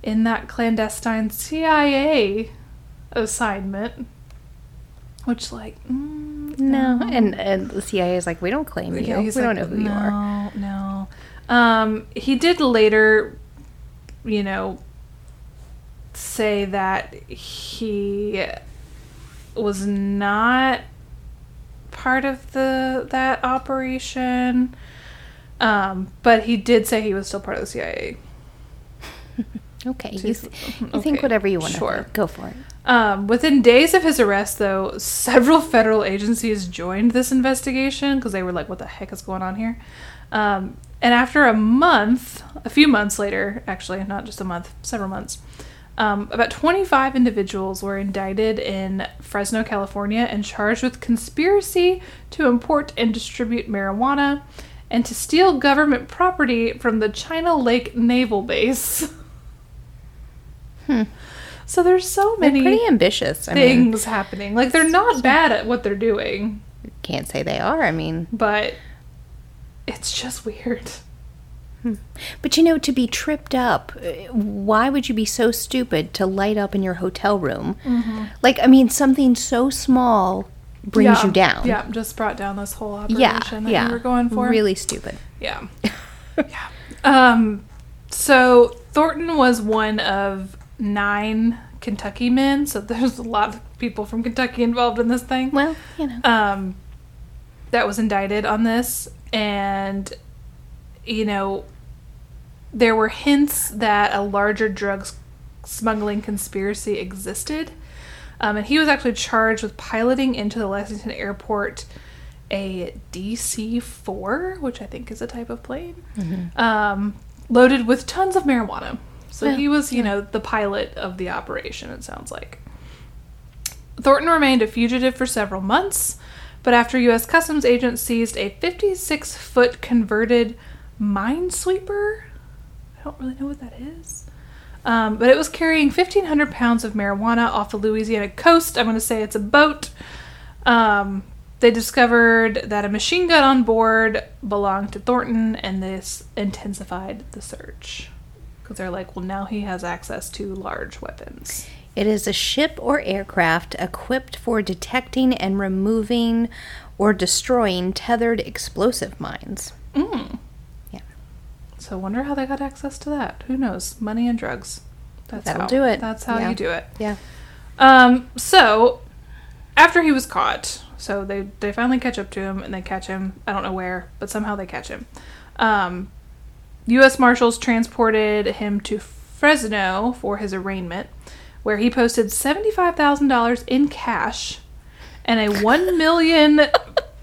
[SPEAKER 2] in that clandestine CIA assignment, which, like, mm,
[SPEAKER 3] no. And and the CIA is like, we don't claim you.
[SPEAKER 2] yeah,
[SPEAKER 3] We
[SPEAKER 2] he's
[SPEAKER 3] don't
[SPEAKER 2] like,
[SPEAKER 3] know who you
[SPEAKER 2] no,
[SPEAKER 3] are.
[SPEAKER 2] No, Um, he did later, you know, say that he was not part of the that operation. Um, but he did say he was still part of the CIA.
[SPEAKER 3] Okay. You,
[SPEAKER 2] She's-
[SPEAKER 3] th- you think
[SPEAKER 2] okay,
[SPEAKER 3] whatever you want.
[SPEAKER 2] sure.
[SPEAKER 3] to Go for it.
[SPEAKER 2] Um, within days of his arrest, though, several federal agencies joined this investigation because they were like, what the heck is going on here? Um, and after a month, a few months later, actually, not just a month, several months, um, about 25 individuals were indicted in Fresno, California, and charged with conspiracy to import and distribute marijuana and to steal government property from the China Lake Naval Base.
[SPEAKER 3] Hmm.
[SPEAKER 2] So there's so
[SPEAKER 3] They're
[SPEAKER 2] many
[SPEAKER 3] pretty ambitious. I mean,
[SPEAKER 2] things happening. Like they're not bad at what they're doing,
[SPEAKER 3] can't say they are. I mean,
[SPEAKER 2] but it's just weird.
[SPEAKER 3] But you know, to be tripped up, uh, why would you be so stupid to light up in your hotel room? Like, I mean, something so small brings
[SPEAKER 2] Yeah.
[SPEAKER 3] you down.
[SPEAKER 2] Yeah, just brought down this whole operation
[SPEAKER 3] Yeah.
[SPEAKER 2] that
[SPEAKER 3] yeah.
[SPEAKER 2] you were going for.
[SPEAKER 3] Really stupid.
[SPEAKER 2] Yeah. yeah. Um, so Thornton was one of nine Kentucky men, so there's a lot of people from Kentucky involved in this thing.
[SPEAKER 3] Well, you know.
[SPEAKER 2] Um, that was indicted on this, and you know, there were hints that a larger drug s- smuggling conspiracy existed. Um, and he was actually charged with piloting into the Lexington airport a DC 4, which I think is a type of plane, um, loaded with tons of marijuana. So
[SPEAKER 3] Well,
[SPEAKER 2] he was, you know, the pilot of the operation, it sounds like. Thornton remained a fugitive for several months, but after U.S. Customs agents seized a 56 foot converted minesweeper, I don't really know what that is, um, but it was carrying 1,500 pounds of marijuana off the Louisiana coast. I'm going to say it's a boat. Um, they discovered that a machine gun on board belonged to Thornton, and this intensified the search. Because they're like, well, now he has access to large weapons.
[SPEAKER 3] It is a ship or aircraft equipped for detecting and removing or destroying tethered explosive mines.
[SPEAKER 2] Mm.
[SPEAKER 3] Yeah.
[SPEAKER 2] So wonder how they got access to that. Who knows? Money and drugs. That's
[SPEAKER 3] That'll
[SPEAKER 2] how,
[SPEAKER 3] do it.
[SPEAKER 2] That's how
[SPEAKER 3] Yeah.
[SPEAKER 2] you do it.
[SPEAKER 3] Yeah.
[SPEAKER 2] Um, so after he was caught, so they they finally catch up to him and they catch him. I don't know where, but somehow they catch him. Um, U.S. Marshals transported him to Fresno for his arraignment, where he posted seventy-five thousand dollars in cash and a one million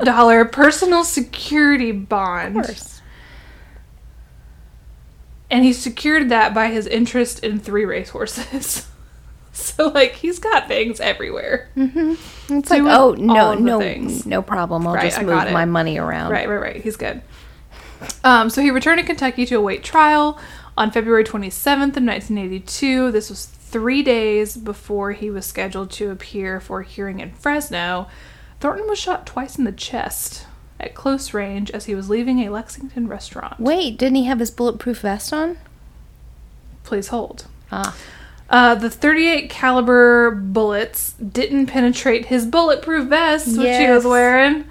[SPEAKER 2] dollar personal security bond. And he secured that by his interest in three racehorses. so, like, he's got things everywhere.
[SPEAKER 3] It's
[SPEAKER 2] Doing
[SPEAKER 3] like, oh,
[SPEAKER 2] all
[SPEAKER 3] no,
[SPEAKER 2] of the
[SPEAKER 3] no,
[SPEAKER 2] things.
[SPEAKER 3] no problem. I'll
[SPEAKER 2] Right,
[SPEAKER 3] just
[SPEAKER 2] I
[SPEAKER 3] move
[SPEAKER 2] got it.
[SPEAKER 3] my money around.
[SPEAKER 2] Right, right, right. He's good. Um, so he returned to Kentucky to await trial on February 27th of 1982. This was three days before he was scheduled to appear for a hearing in Fresno. Thornton was shot twice in the chest at close range as he was leaving a Lexington restaurant.
[SPEAKER 3] Wait, didn't he have his bulletproof vest on?
[SPEAKER 2] Please hold.
[SPEAKER 3] Ah.
[SPEAKER 2] Uh, the 38 caliber bullets didn't penetrate his bulletproof vest, which he
[SPEAKER 3] Yes.
[SPEAKER 2] was wearing.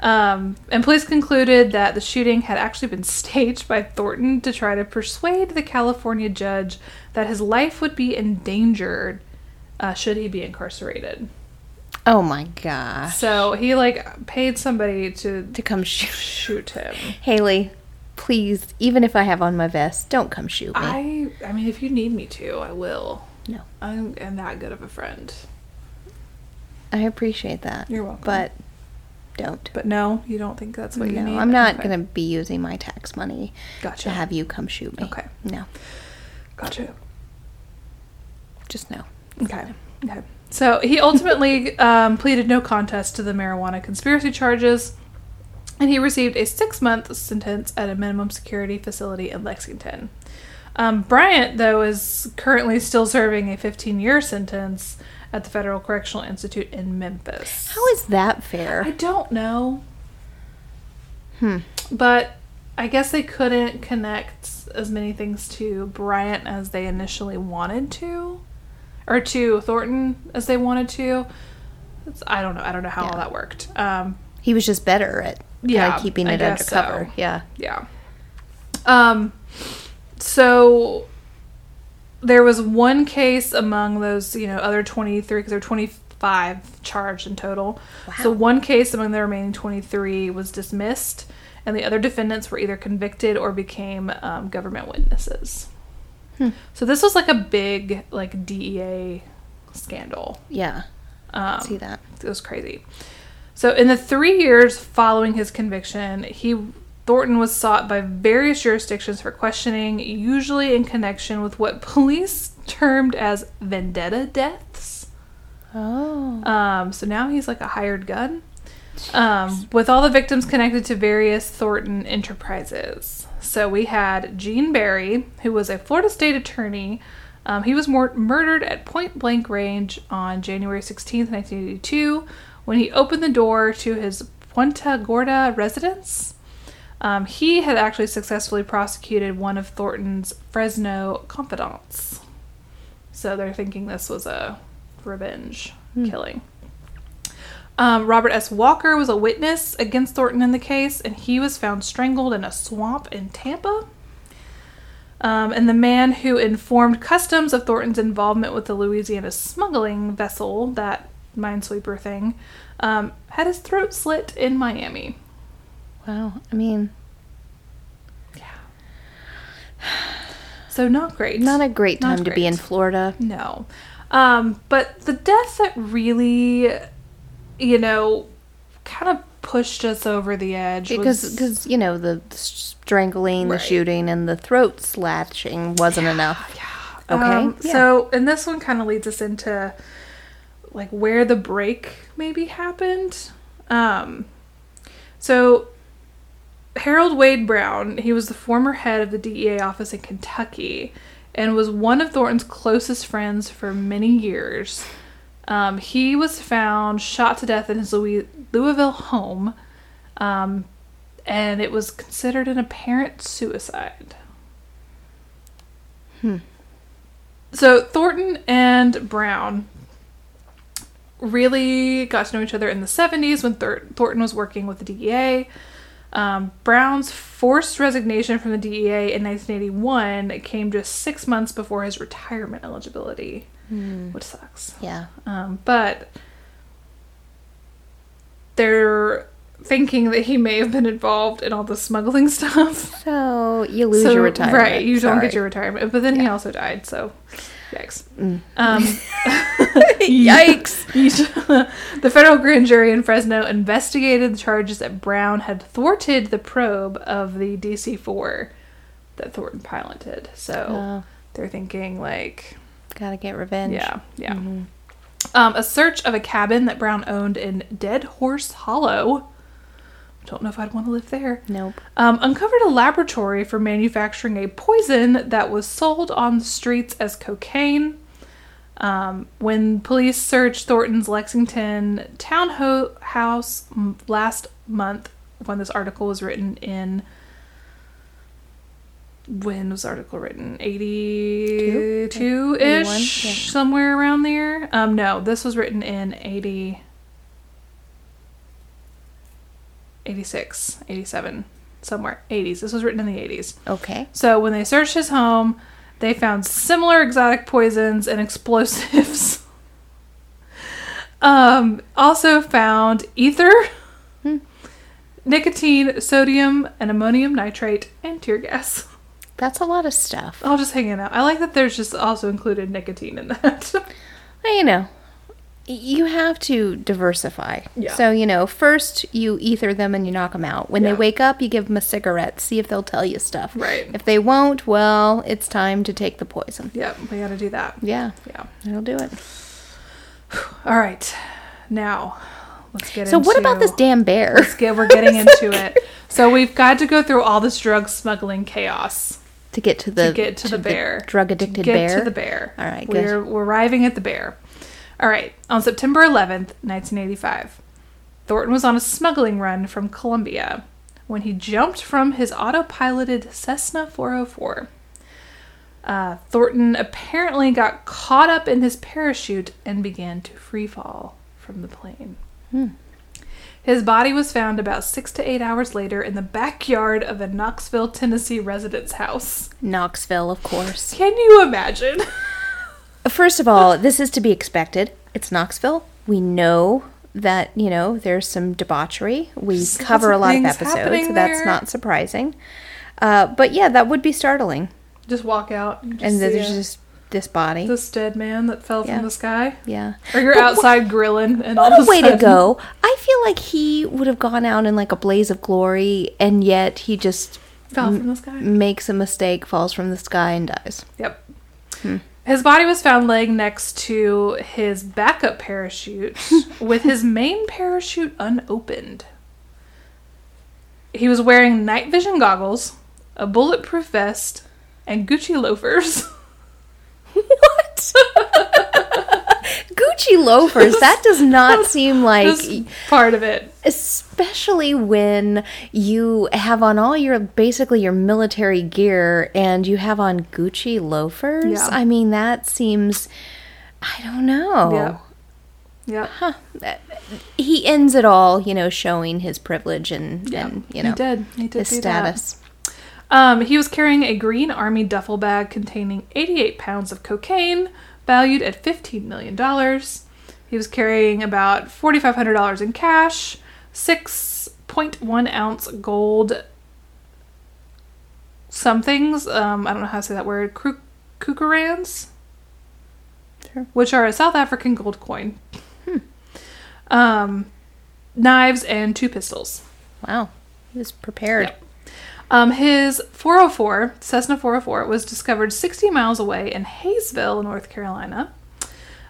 [SPEAKER 2] Um, and police concluded that the shooting had actually been staged by Thornton to try to persuade the California judge that his life would be endangered uh, should he be incarcerated.
[SPEAKER 3] Oh my gosh.
[SPEAKER 2] So he like paid somebody to
[SPEAKER 3] To come shoot.
[SPEAKER 2] shoot him.
[SPEAKER 3] Haley, please, even if I have on my vest, don't come shoot me.
[SPEAKER 2] I I mean, if you need me to, I will.
[SPEAKER 3] no.
[SPEAKER 2] I'm, I'm that good of a friend.
[SPEAKER 3] I appreciate that.
[SPEAKER 2] You're welcome.
[SPEAKER 3] But don't.
[SPEAKER 2] But no, you don't think that's what you need.
[SPEAKER 3] No, I'm not
[SPEAKER 2] Okay.
[SPEAKER 3] going to be using my tax money
[SPEAKER 2] Gotcha.
[SPEAKER 3] to have you come shoot me.
[SPEAKER 2] Okay.
[SPEAKER 3] No,
[SPEAKER 2] Gotcha.
[SPEAKER 3] just no.
[SPEAKER 2] Okay. Okay. So he ultimately um, pleaded no contest to the marijuana conspiracy charges, and he received a six month sentence at a minimum security facility in Lexington. Um, Bryant, though, is currently still serving a 15 year sentence at the Federal Correctional Institute in Memphis.
[SPEAKER 3] How is that fair?
[SPEAKER 2] I don't know,
[SPEAKER 3] hmm.
[SPEAKER 2] but I guess they couldn't connect as many things to Bryant as they initially wanted to, or to Thornton as they wanted to. It's, I don't know. I don't know how all
[SPEAKER 3] Yeah.
[SPEAKER 2] that worked. Um,
[SPEAKER 3] He was just better at yeah,
[SPEAKER 2] Yeah,
[SPEAKER 3] keeping
[SPEAKER 2] I
[SPEAKER 3] it
[SPEAKER 2] guess
[SPEAKER 3] undercover.
[SPEAKER 2] so.
[SPEAKER 3] Yeah.
[SPEAKER 2] yeah. Um, so there was one case among those, you know, other 23, because there were 25 charged in total. So one case among the remaining 23 was dismissed, and the other defendants were either convicted or became um, government witnesses. So this was like a big, like, DEA scandal.
[SPEAKER 3] Yeah.
[SPEAKER 2] Um,
[SPEAKER 3] See that?
[SPEAKER 2] it was crazy. So in the three years following his conviction, he Thornton was sought by various jurisdictions for questioning, usually in connection with what police termed as vendetta deaths.
[SPEAKER 3] Oh.
[SPEAKER 2] Um, so now he's like a hired gun. um, with all the victims connected to various Thornton enterprises. So we had Gene Barry, who was a Florida state attorney. Um, he was mor- murdered at point blank range on January 16th, 1982, when he opened the door to his Punta Gorda residence. Um, he had actually successfully prosecuted one of Thornton's Fresno confidants. So they're thinking this was a revenge killing. Um, Robert S. Walker was a witness against Thornton in the case, and he was found strangled in a swamp in Tampa. Um, and the man who informed customs of Thornton's involvement with the Louisiana smuggling vessel, that minesweeper thing, um, had his throat slit in Miami.
[SPEAKER 3] Wow. I mean,
[SPEAKER 2] So, not great.
[SPEAKER 3] not a great
[SPEAKER 2] Not
[SPEAKER 3] time to be in
[SPEAKER 2] great.
[SPEAKER 3] Florida.
[SPEAKER 2] No. Um, but the death that really, you know, kind of pushed us over the edge
[SPEAKER 3] Because,
[SPEAKER 2] was,
[SPEAKER 3] because you know, the strangling,
[SPEAKER 2] Right.
[SPEAKER 3] the shooting, and the throat slashing wasn't enough.
[SPEAKER 2] yeah.
[SPEAKER 3] Okay,
[SPEAKER 2] Um,
[SPEAKER 3] yeah.
[SPEAKER 2] So, and this one kind of leads us into like where the break maybe happened. Um, so Harold Wade Brown, he was the former head of the DEA office in Kentucky and was one of Thornton's closest friends for many years. Um, he was found shot to death in his Louis- Louisville home, um, and it was considered an apparent suicide. So Thornton and Brown really got to know each other in the 70s when Thor- Thornton was working with the DEA. Um, Brown's forced resignation from the DEA in 1981 came just six months before his retirement eligibility, which sucks.
[SPEAKER 3] Yeah.
[SPEAKER 2] Um, but they're thinking that he may have been involved in all the smuggling stuff.
[SPEAKER 3] So you lose your retirement.
[SPEAKER 2] Right, you don't get
[SPEAKER 3] Sorry.
[SPEAKER 2] your retirement. But then he also died, so yikes. Um,
[SPEAKER 3] Mm. Yikes.
[SPEAKER 2] yikes. the federal grand jury in Fresno investigated the charges that Brown had thwarted the probe of the DC 4 that Thornton piloted. So
[SPEAKER 3] Oh.
[SPEAKER 2] they're thinking, like,
[SPEAKER 3] Gotta get revenge. Mm-hmm.
[SPEAKER 2] yeah, yeah. Um, a search of a cabin that Brown owned in Dead Horse Hollow. Don't know if I'd want to live there.
[SPEAKER 3] Nope.
[SPEAKER 2] Um, uncovered a laboratory for manufacturing a poison that was sold on the streets as cocaine. Um, when police searched Thornton's Lexington townhouse last month, when this article was written in. When was the article written? 82 ish?
[SPEAKER 3] 81, yeah.
[SPEAKER 2] Somewhere around there? Um, no, this was written in 80. 86, 87, somewhere. 80s. This was written in the 80s.
[SPEAKER 3] Okay.
[SPEAKER 2] So when they searched his home, they found similar exotic poisons and explosives. um, also found ether, nicotine, sodium, and ammonium nitrate, and tear gas.
[SPEAKER 3] That's a lot of stuff.
[SPEAKER 2] I'll just hang it out. I like that there's just also included nicotine in that.
[SPEAKER 3] Well, you know, y- you have to diversify.
[SPEAKER 2] Yeah.
[SPEAKER 3] So, you know, first you ether them and you knock them out. When
[SPEAKER 2] Yeah.
[SPEAKER 3] they wake up, you give them a cigarette, see if they'll tell you stuff.
[SPEAKER 2] Right.
[SPEAKER 3] If they won't, well, it's time to take the poison.
[SPEAKER 2] yep, we gotta do that.
[SPEAKER 3] Yeah.
[SPEAKER 2] Yeah.
[SPEAKER 3] It'll do it.
[SPEAKER 2] All right. Now, let's get
[SPEAKER 3] So,
[SPEAKER 2] into
[SPEAKER 3] what about this damn bear?
[SPEAKER 2] Let's get- we're getting into it. So we've got to go through all this drug smuggling chaos
[SPEAKER 3] to get to the
[SPEAKER 2] to get to, the bear.
[SPEAKER 3] drug addicted
[SPEAKER 2] to get
[SPEAKER 3] bear.
[SPEAKER 2] to the bear.
[SPEAKER 3] All right, good.
[SPEAKER 2] We're, we're arriving at the bear. All right. On September 11th, 1985, Thornton was on a smuggling run from Colombia when he jumped from his autopiloted Cessna 404. Uh, Thornton apparently got caught up in his parachute and began to free fall from the plane.
[SPEAKER 3] Hmm.
[SPEAKER 2] His body was found about six to eight hours later in the backyard of a Knoxville, Tennessee residence house.
[SPEAKER 3] Knoxville, of course.
[SPEAKER 2] Can you imagine?
[SPEAKER 3] First of all, this is to be expected. It's Knoxville. We know that, you know, there's some debauchery. We
[SPEAKER 2] Just lots
[SPEAKER 3] cover a
[SPEAKER 2] of
[SPEAKER 3] lot of
[SPEAKER 2] things
[SPEAKER 3] episodes.
[SPEAKER 2] happening
[SPEAKER 3] That's
[SPEAKER 2] there.
[SPEAKER 3] not surprising. Uh, but yeah, that would be startling.
[SPEAKER 2] Just walk out and, just
[SPEAKER 3] and then
[SPEAKER 2] see
[SPEAKER 3] there's
[SPEAKER 2] a-
[SPEAKER 3] just this body.
[SPEAKER 2] this dead man that fell
[SPEAKER 3] Yeah.
[SPEAKER 2] from the sky.
[SPEAKER 3] yeah.
[SPEAKER 2] Or you're
[SPEAKER 3] But wha-
[SPEAKER 2] outside grilling and all
[SPEAKER 3] What
[SPEAKER 2] of
[SPEAKER 3] a
[SPEAKER 2] a
[SPEAKER 3] way to
[SPEAKER 2] sudden-
[SPEAKER 3] go. I feel like he would have gone out in like a blaze of glory, and yet he just
[SPEAKER 2] Fell from the sky.
[SPEAKER 3] makes a mistake, falls from the sky, and dies.
[SPEAKER 2] Yep. His body was found laying next to his backup parachute with his main parachute unopened. He was wearing night vision goggles, a bulletproof vest, and Gucci loafers.
[SPEAKER 3] What? Gucci loafers. That does not seem like,
[SPEAKER 2] Just part of it.
[SPEAKER 3] especially when you have on all your basically your military gear and you have on Gucci loafers.
[SPEAKER 2] Yeah.
[SPEAKER 3] I mean, that seems. I don't know.
[SPEAKER 2] Yeah. Yeah.
[SPEAKER 3] He ends it all, you know, showing his privilege and,
[SPEAKER 2] Yeah.
[SPEAKER 3] and you know,
[SPEAKER 2] he did. He did
[SPEAKER 3] his
[SPEAKER 2] do that.
[SPEAKER 3] status.
[SPEAKER 2] Um, he was carrying a green army duffel bag containing 88 pounds of cocaine, valued at $15 million. He was carrying about $4,500 in cash, 6.1 ounce gold somethings. Um, I don't know how to say that word. Kru- Kukurans?
[SPEAKER 3] Sure.
[SPEAKER 2] Which are a South African gold coin. Hmm. Um, knives and two pistols.
[SPEAKER 3] Wow. He was prepared.
[SPEAKER 2] Um, his 404, Cessna 404, was discovered 60 miles away in Hayesville, North Carolina.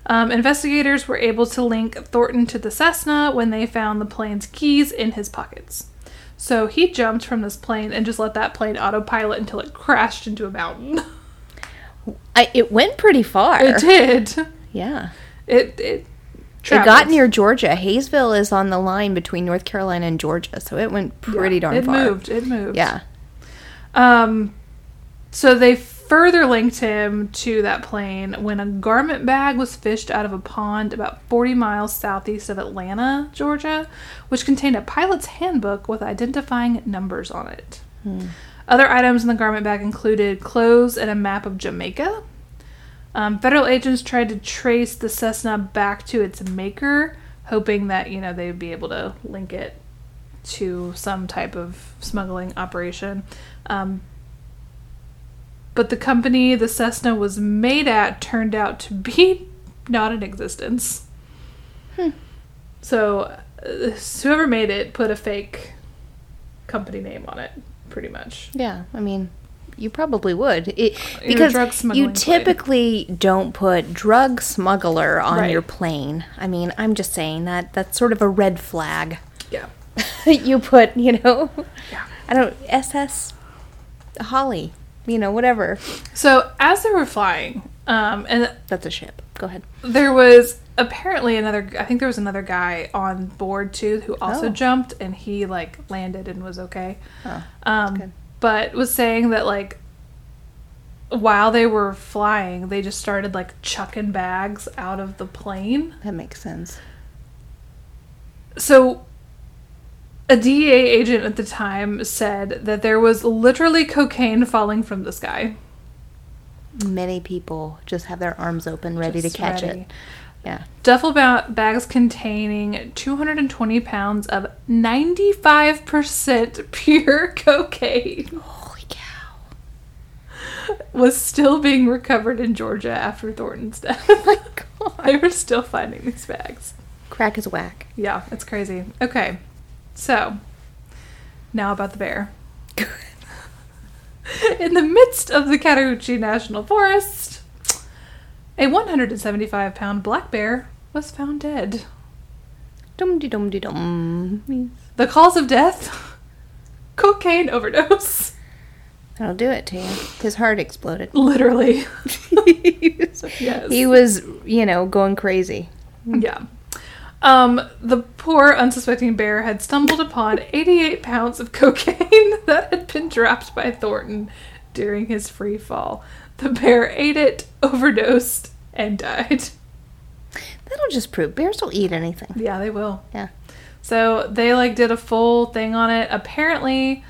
[SPEAKER 2] Um, investigators were able to link Thornton to the Cessna when they found the plane's keys in his pockets. So he jumped from this plane and just let that plane autopilot until it crashed into a mountain.
[SPEAKER 3] I, it went pretty far.
[SPEAKER 2] It did.
[SPEAKER 3] Yeah.
[SPEAKER 2] It it.
[SPEAKER 3] It
[SPEAKER 2] Travels.
[SPEAKER 3] got near Georgia. Hayesville is on the line between North Carolina and Georgia, so it went pretty darn
[SPEAKER 2] it
[SPEAKER 3] far.
[SPEAKER 2] moved. It moved.
[SPEAKER 3] Yeah.
[SPEAKER 2] Um, so they further linked him to that plane when a garment bag was fished out of a pond about 40 miles southeast of Atlanta, Georgia, which contained a pilot's handbook with identifying numbers on it. Other items in the garment bag included clothes and a map of Jamaica. Um, federal agents tried to trace the Cessna back to its maker, hoping that you know they would be able to link it to some type of smuggling operation. Um, but the company the Cessna was made at turned out to be not in existence. So uh, whoever made it put a fake company name on it, pretty much.
[SPEAKER 3] Yeah. I mean, you probably would. It,
[SPEAKER 2] a
[SPEAKER 3] because
[SPEAKER 2] drug
[SPEAKER 3] you
[SPEAKER 2] smuggling plane.
[SPEAKER 3] typically don't put drug smuggler on
[SPEAKER 2] Right.
[SPEAKER 3] your plane. I mean, I'm just saying that that's sort of a red flag.
[SPEAKER 2] Yeah.
[SPEAKER 3] you put, you know,
[SPEAKER 2] Yeah.
[SPEAKER 3] I don't, SS Holly, you know, whatever.
[SPEAKER 2] So as they were flying, um, and
[SPEAKER 3] That's a ship. Go ahead.
[SPEAKER 2] there was apparently another i think there was another guy on board too who also
[SPEAKER 3] Oh.
[SPEAKER 2] jumped and he like landed and was okay
[SPEAKER 3] Oh, good.
[SPEAKER 2] um but was saying that like while they were flying they just started like chucking bags out of the plane
[SPEAKER 3] That makes sense.
[SPEAKER 2] so a DEA agent at the time said that there was literally cocaine falling from the sky.
[SPEAKER 3] Many people just have their arms open, ready
[SPEAKER 2] Just
[SPEAKER 3] to catch
[SPEAKER 2] ready.
[SPEAKER 3] it. Yeah.
[SPEAKER 2] Duffel ba- bags containing 220 pounds of 95% pure cocaine
[SPEAKER 3] Holy cow.
[SPEAKER 2] was still being recovered in Georgia after Thornton's death. Oh my god. They were still finding these bags.
[SPEAKER 3] Crack is whack.
[SPEAKER 2] Yeah, it's crazy. Okay, so now about the bear. In the midst of the Chattahoochee National Forest, a 175 pound black bear was found dead.
[SPEAKER 3] Dum de dum de dum.
[SPEAKER 2] The cause of death? Cocaine overdose.
[SPEAKER 3] That'll do it to you. His heart exploded.
[SPEAKER 2] Literally. yes.
[SPEAKER 3] He was, you know, going crazy.
[SPEAKER 2] yeah. Um, the poor unsuspecting bear had stumbled upon 88 pounds of cocaine that had been dropped by Thornton during his free fall. The bear ate it, overdosed, and died.
[SPEAKER 3] That'll just prove bears will eat anything.
[SPEAKER 2] Yeah, they will.
[SPEAKER 3] Yeah.
[SPEAKER 2] So they like did a full thing on it. Apparently,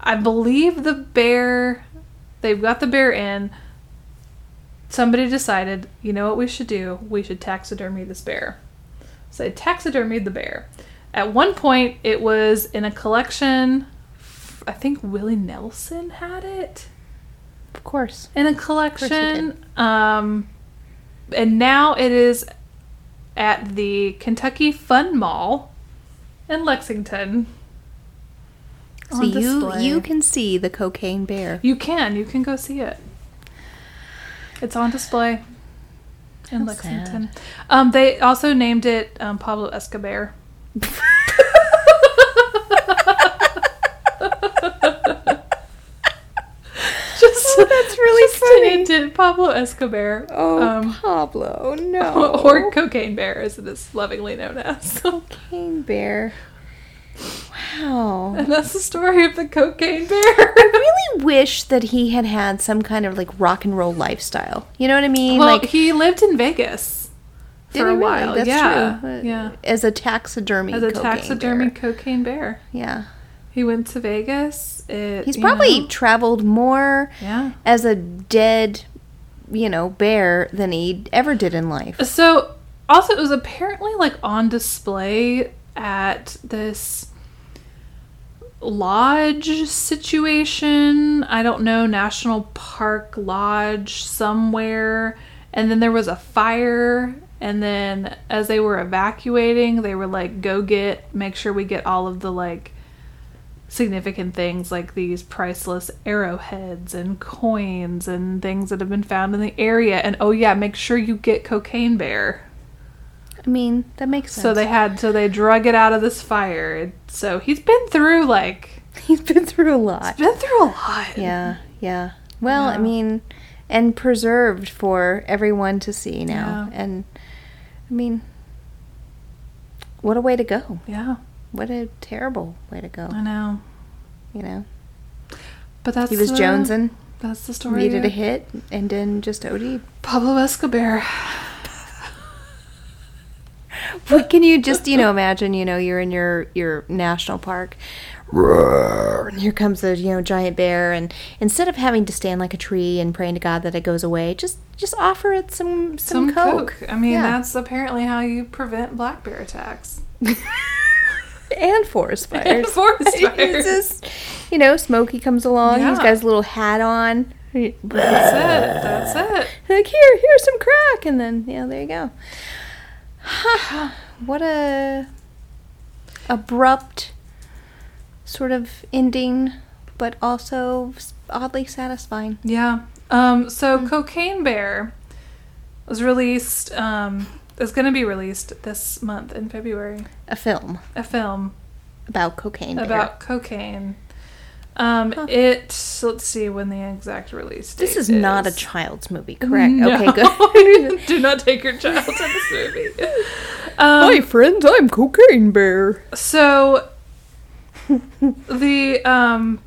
[SPEAKER 2] I believe the bear they've got the bear in. Somebody decided, you know what we should do? We should taxidermy this bear. So they taxidermied the bear. At one point it was in a collection I think Willie Nelson had it
[SPEAKER 3] Of course.
[SPEAKER 2] in a
[SPEAKER 3] he
[SPEAKER 2] collection. Um, and now it is at the Kentucky Fun Mall in Lexington.
[SPEAKER 3] So
[SPEAKER 2] On
[SPEAKER 3] you
[SPEAKER 2] display.
[SPEAKER 3] you can see the cocaine bear.
[SPEAKER 2] you can you can go see it. It's on display in
[SPEAKER 3] How
[SPEAKER 2] Lexington. Um, they also named it um, Pablo Escobar. Just,
[SPEAKER 3] Oh, that's really
[SPEAKER 2] just
[SPEAKER 3] funny.
[SPEAKER 2] named it Pablo Escobar.
[SPEAKER 3] Oh,
[SPEAKER 2] Um,
[SPEAKER 3] Pablo, no.
[SPEAKER 2] or Cocaine Bear, as it is lovingly known as.
[SPEAKER 3] Cocaine bear. Wow.
[SPEAKER 2] and that's the story of the Cocaine Bear.
[SPEAKER 3] I really wish that he had had some kind of like rock and roll lifestyle. You know what I mean?
[SPEAKER 2] well,
[SPEAKER 3] like
[SPEAKER 2] he lived in Vegas
[SPEAKER 3] did he
[SPEAKER 2] for a
[SPEAKER 3] really?
[SPEAKER 2] while.
[SPEAKER 3] That's
[SPEAKER 2] yeah,
[SPEAKER 3] true. Uh,
[SPEAKER 2] yeah.
[SPEAKER 3] As a taxidermy.
[SPEAKER 2] As a
[SPEAKER 3] cocaine
[SPEAKER 2] taxidermy
[SPEAKER 3] bear.
[SPEAKER 2] cocaine bear,
[SPEAKER 3] Yeah.
[SPEAKER 2] he went to Vegas. It,
[SPEAKER 3] He's
[SPEAKER 2] you
[SPEAKER 3] probably
[SPEAKER 2] know,
[SPEAKER 3] traveled more
[SPEAKER 2] yeah.
[SPEAKER 3] as a dead, you know, bear than he ever did in life.
[SPEAKER 2] So, also, it was apparently like on display at this lodge situation. I don't know, National Park Lodge somewhere. And then there was a fire. And then as they were evacuating, they were like, go get, make sure we get all of the like significant things like these priceless arrowheads and coins and things that have been found in the area. And oh, yeah, make sure you get cocaine bear.
[SPEAKER 3] I mean, that makes sense.
[SPEAKER 2] So they had, so they drug it out of this fire. So he's been through like,
[SPEAKER 3] he's been through a lot.
[SPEAKER 2] been through a lot.
[SPEAKER 3] Yeah, yeah. Well, I
[SPEAKER 2] Yeah.
[SPEAKER 3] mean, and preserved for everyone to see now.
[SPEAKER 2] Yeah.
[SPEAKER 3] And I mean, what a way to go.
[SPEAKER 2] Yeah,
[SPEAKER 3] What a terrible way to go,
[SPEAKER 2] I know.
[SPEAKER 3] you know.
[SPEAKER 2] But that's
[SPEAKER 3] He was
[SPEAKER 2] the,
[SPEAKER 3] jonesing,
[SPEAKER 2] That's the story.
[SPEAKER 3] needed a
[SPEAKER 2] of
[SPEAKER 3] hit, and then just OD.
[SPEAKER 2] Pablo Escobar.
[SPEAKER 3] But can you just, you know, imagine, you know, you're in your your national park. Roar, and here comes a you know giant bear, and instead of having to stand like a tree and praying to God that it goes away, just just offer it some some,
[SPEAKER 2] Some coke. I mean,
[SPEAKER 3] Yeah.
[SPEAKER 2] that's apparently how you prevent black bear attacks.
[SPEAKER 3] and forest fires.
[SPEAKER 2] And forest
[SPEAKER 3] It's
[SPEAKER 2] fires.
[SPEAKER 3] just, you know, Smokey comes along. He's got
[SPEAKER 2] Yeah.
[SPEAKER 3] his little hat on.
[SPEAKER 2] That's
[SPEAKER 3] like
[SPEAKER 2] it. That's it.
[SPEAKER 3] here, here's some crack, and then yeah, there you go. what a abrupt sort of ending, but also oddly satisfying.
[SPEAKER 2] Yeah. Um, so
[SPEAKER 3] Hmm.
[SPEAKER 2] Cocaine Bear was released, um, is going to be released this month in February.
[SPEAKER 3] A film
[SPEAKER 2] A film
[SPEAKER 3] about cocaine. bear.
[SPEAKER 2] about cocaine. Um,
[SPEAKER 3] Huh.
[SPEAKER 2] It, let's see when the exact release date
[SPEAKER 3] this is not a
[SPEAKER 2] is.
[SPEAKER 3] child's movie, correct?
[SPEAKER 2] No.
[SPEAKER 3] Okay, good.
[SPEAKER 2] Do not take your child to this movie. Um,
[SPEAKER 3] Hi, friends. I'm Cocaine Bear.
[SPEAKER 2] So the um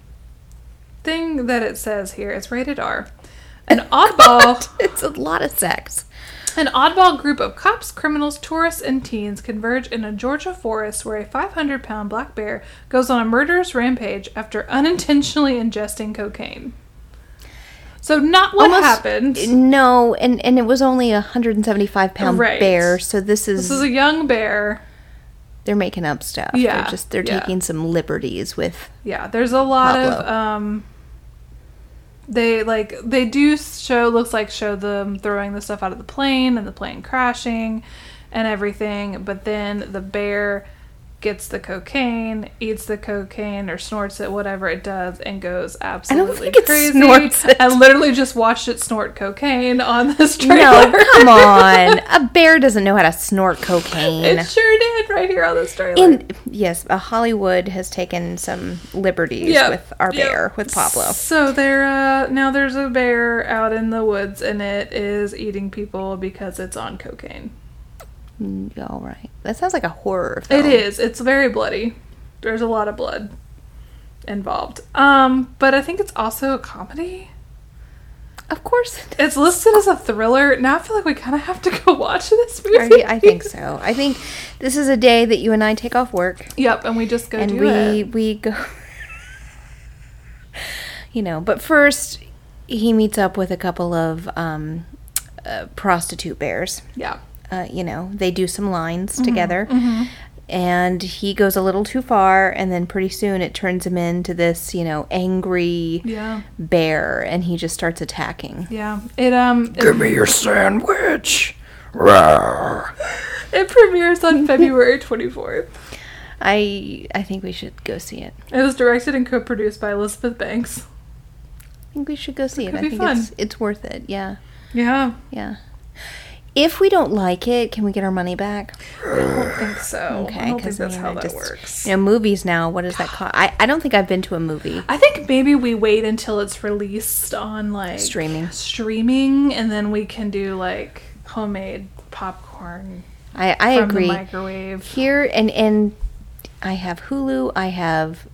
[SPEAKER 2] thing that it says here, it's rated R. An oddball
[SPEAKER 3] it's a lot of sex.
[SPEAKER 2] An oddball group of cops, criminals, tourists, and teens converge in a Georgia forest where a 500 pound black bear goes on a murderous rampage after unintentionally ingesting cocaine. So, not what
[SPEAKER 3] Almost-
[SPEAKER 2] happened.
[SPEAKER 3] No, and and it was only a 175 pound
[SPEAKER 2] Right.
[SPEAKER 3] bear, so this is,
[SPEAKER 2] This is a young bear.
[SPEAKER 3] they're making up stuff.
[SPEAKER 2] Yeah,
[SPEAKER 3] they're just they're
[SPEAKER 2] yeah.
[SPEAKER 3] taking some liberties with.
[SPEAKER 2] Yeah, there's a lot of
[SPEAKER 3] Pablo.
[SPEAKER 2] um they like they do show looks like show them throwing the stuff out of the plane and the plane crashing and everything, but then the bear gets the cocaine, eats the cocaine or snorts it, whatever it does, and goes absolutely
[SPEAKER 3] think it
[SPEAKER 2] crazy.
[SPEAKER 3] snorts it.
[SPEAKER 2] I literally just watched it snort cocaine on this
[SPEAKER 3] No,
[SPEAKER 2] trailer.
[SPEAKER 3] come on, a bear doesn't know how to snort cocaine.
[SPEAKER 2] It sure did right here on this trailer.
[SPEAKER 3] And yes, uh, Hollywood has taken some liberties
[SPEAKER 2] Yep,
[SPEAKER 3] with our
[SPEAKER 2] yep.
[SPEAKER 3] bear, with Pablo.
[SPEAKER 2] So there, uh, now there's a bear out in the woods, and it is eating people because it's on cocaine.
[SPEAKER 3] Mm, All right, that sounds like a horror. Film.
[SPEAKER 2] It is. It's very bloody. There's a lot of blood involved. Um, but I think it's also a comedy.
[SPEAKER 3] of course. it
[SPEAKER 2] It's listed as a thriller. Now I feel like we kind of have to go watch this
[SPEAKER 3] is.
[SPEAKER 2] movie.
[SPEAKER 3] I think so. I think this is a day that you and I take off work.
[SPEAKER 2] Yep, and we just go
[SPEAKER 3] and
[SPEAKER 2] do
[SPEAKER 3] we
[SPEAKER 2] it.
[SPEAKER 3] we go you know but first he meets up with a couple of um, uh, prostitute bears
[SPEAKER 2] Yeah.
[SPEAKER 3] uh, you know they do some lines
[SPEAKER 2] Mm-hmm.
[SPEAKER 3] together and he goes a little too far and then pretty soon it turns him into this you know angry
[SPEAKER 2] Yeah.
[SPEAKER 3] bear and he just starts attacking
[SPEAKER 2] Yeah. It um it,
[SPEAKER 4] Give me your sandwich. Rawr.
[SPEAKER 2] it premieres on February 24th.
[SPEAKER 3] i i think we should go see it
[SPEAKER 2] It was directed and co-produced by Elizabeth Banks.
[SPEAKER 3] i think we should go see it,
[SPEAKER 2] could
[SPEAKER 3] i
[SPEAKER 2] be
[SPEAKER 3] think
[SPEAKER 2] fun.
[SPEAKER 3] it's it's worth it yeah
[SPEAKER 2] Yeah.
[SPEAKER 3] Yeah. If we don't like it, can we get our money back?
[SPEAKER 2] I think so. I don't think that's
[SPEAKER 3] you know,
[SPEAKER 2] how that
[SPEAKER 3] just-
[SPEAKER 2] works.
[SPEAKER 3] You know, movies now. What does that cost? I, I don't think I've been to a movie.
[SPEAKER 2] I think maybe we wait until it's released on like
[SPEAKER 3] Streaming.
[SPEAKER 2] streaming, and then we can do like homemade popcorn
[SPEAKER 3] I, I
[SPEAKER 2] from
[SPEAKER 3] agree.
[SPEAKER 2] the microwave.
[SPEAKER 3] Here and and I have Hulu. I have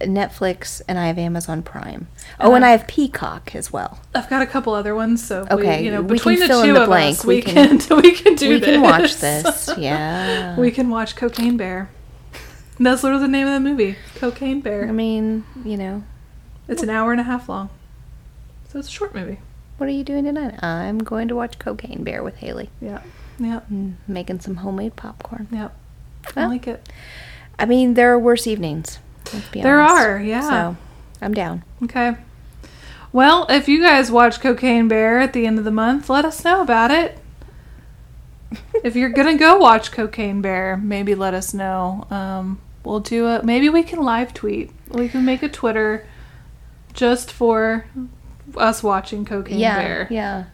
[SPEAKER 3] Netflix, and I have Amazon Prime. Oh, and I have Peacock as well.
[SPEAKER 2] I've got a couple other ones, so
[SPEAKER 3] Okay,
[SPEAKER 2] we, you know,
[SPEAKER 3] we can
[SPEAKER 2] between the
[SPEAKER 3] fill in
[SPEAKER 2] two
[SPEAKER 3] the
[SPEAKER 2] of
[SPEAKER 3] blank.
[SPEAKER 2] us,
[SPEAKER 3] We
[SPEAKER 2] we,
[SPEAKER 3] can-
[SPEAKER 2] can, we can do
[SPEAKER 3] we
[SPEAKER 2] this.
[SPEAKER 3] can watch this. Yeah.
[SPEAKER 2] we can watch Cocaine Bear. That's literally the name of the movie, Cocaine
[SPEAKER 3] I
[SPEAKER 2] Bear.
[SPEAKER 3] mean, you know,
[SPEAKER 2] It's an hour and a half long, so it's a short movie.
[SPEAKER 3] what are you doing tonight? I'm going to watch Cocaine Bear with Haley,
[SPEAKER 2] Yeah, yeah,
[SPEAKER 3] Mm, making some homemade popcorn.
[SPEAKER 2] yeah. I
[SPEAKER 3] Well,
[SPEAKER 2] like it.
[SPEAKER 3] I mean, there are worse evenings. Let's be
[SPEAKER 2] There
[SPEAKER 3] honest.
[SPEAKER 2] are, yeah.
[SPEAKER 3] So I'm down.
[SPEAKER 2] Okay. Well, if you guys watch Cocaine Bear at the end of the month, let us know about it. if you're gonna go watch Cocaine Bear, maybe let us know. Um, we'll do a maybe we can live tweet. We can make a Twitter just for us watching Cocaine
[SPEAKER 3] yeah,
[SPEAKER 2] Bear.
[SPEAKER 3] yeah.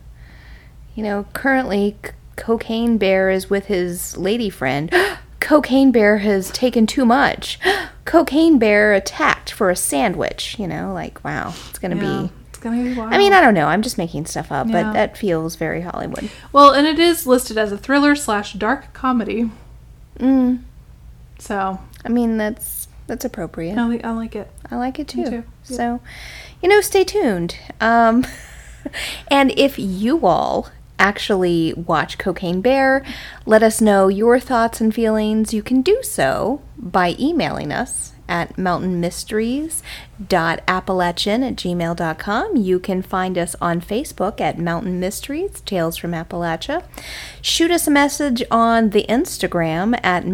[SPEAKER 3] You know, currently, C- Cocaine Bear is with his lady friend. Cocaine Bear has taken too much. Cocaine Bear attacked for a sandwich. You know, like wow, it's gonna
[SPEAKER 2] Yeah,
[SPEAKER 3] be.
[SPEAKER 2] it's gonna be wild.
[SPEAKER 3] I mean, I don't know. I'm just making stuff up,
[SPEAKER 2] Yeah.
[SPEAKER 3] but that feels very Hollywood.
[SPEAKER 2] well, and it is listed as a thriller slash dark comedy.
[SPEAKER 3] Mm,
[SPEAKER 2] So
[SPEAKER 3] I mean, that's that's appropriate.
[SPEAKER 2] I, li- I like it.
[SPEAKER 3] I like it too.
[SPEAKER 2] Me too.
[SPEAKER 3] So, you know, stay tuned. Um, and if you all actually watch Cocaine Bear, let us know your thoughts and feelings. You can do so by emailing us at mountainmysteries.appalachian at gmail.com. You can find us on Facebook at Mountain Mysteries, Tales from Appalachia. Shoot us a message on the Instagram at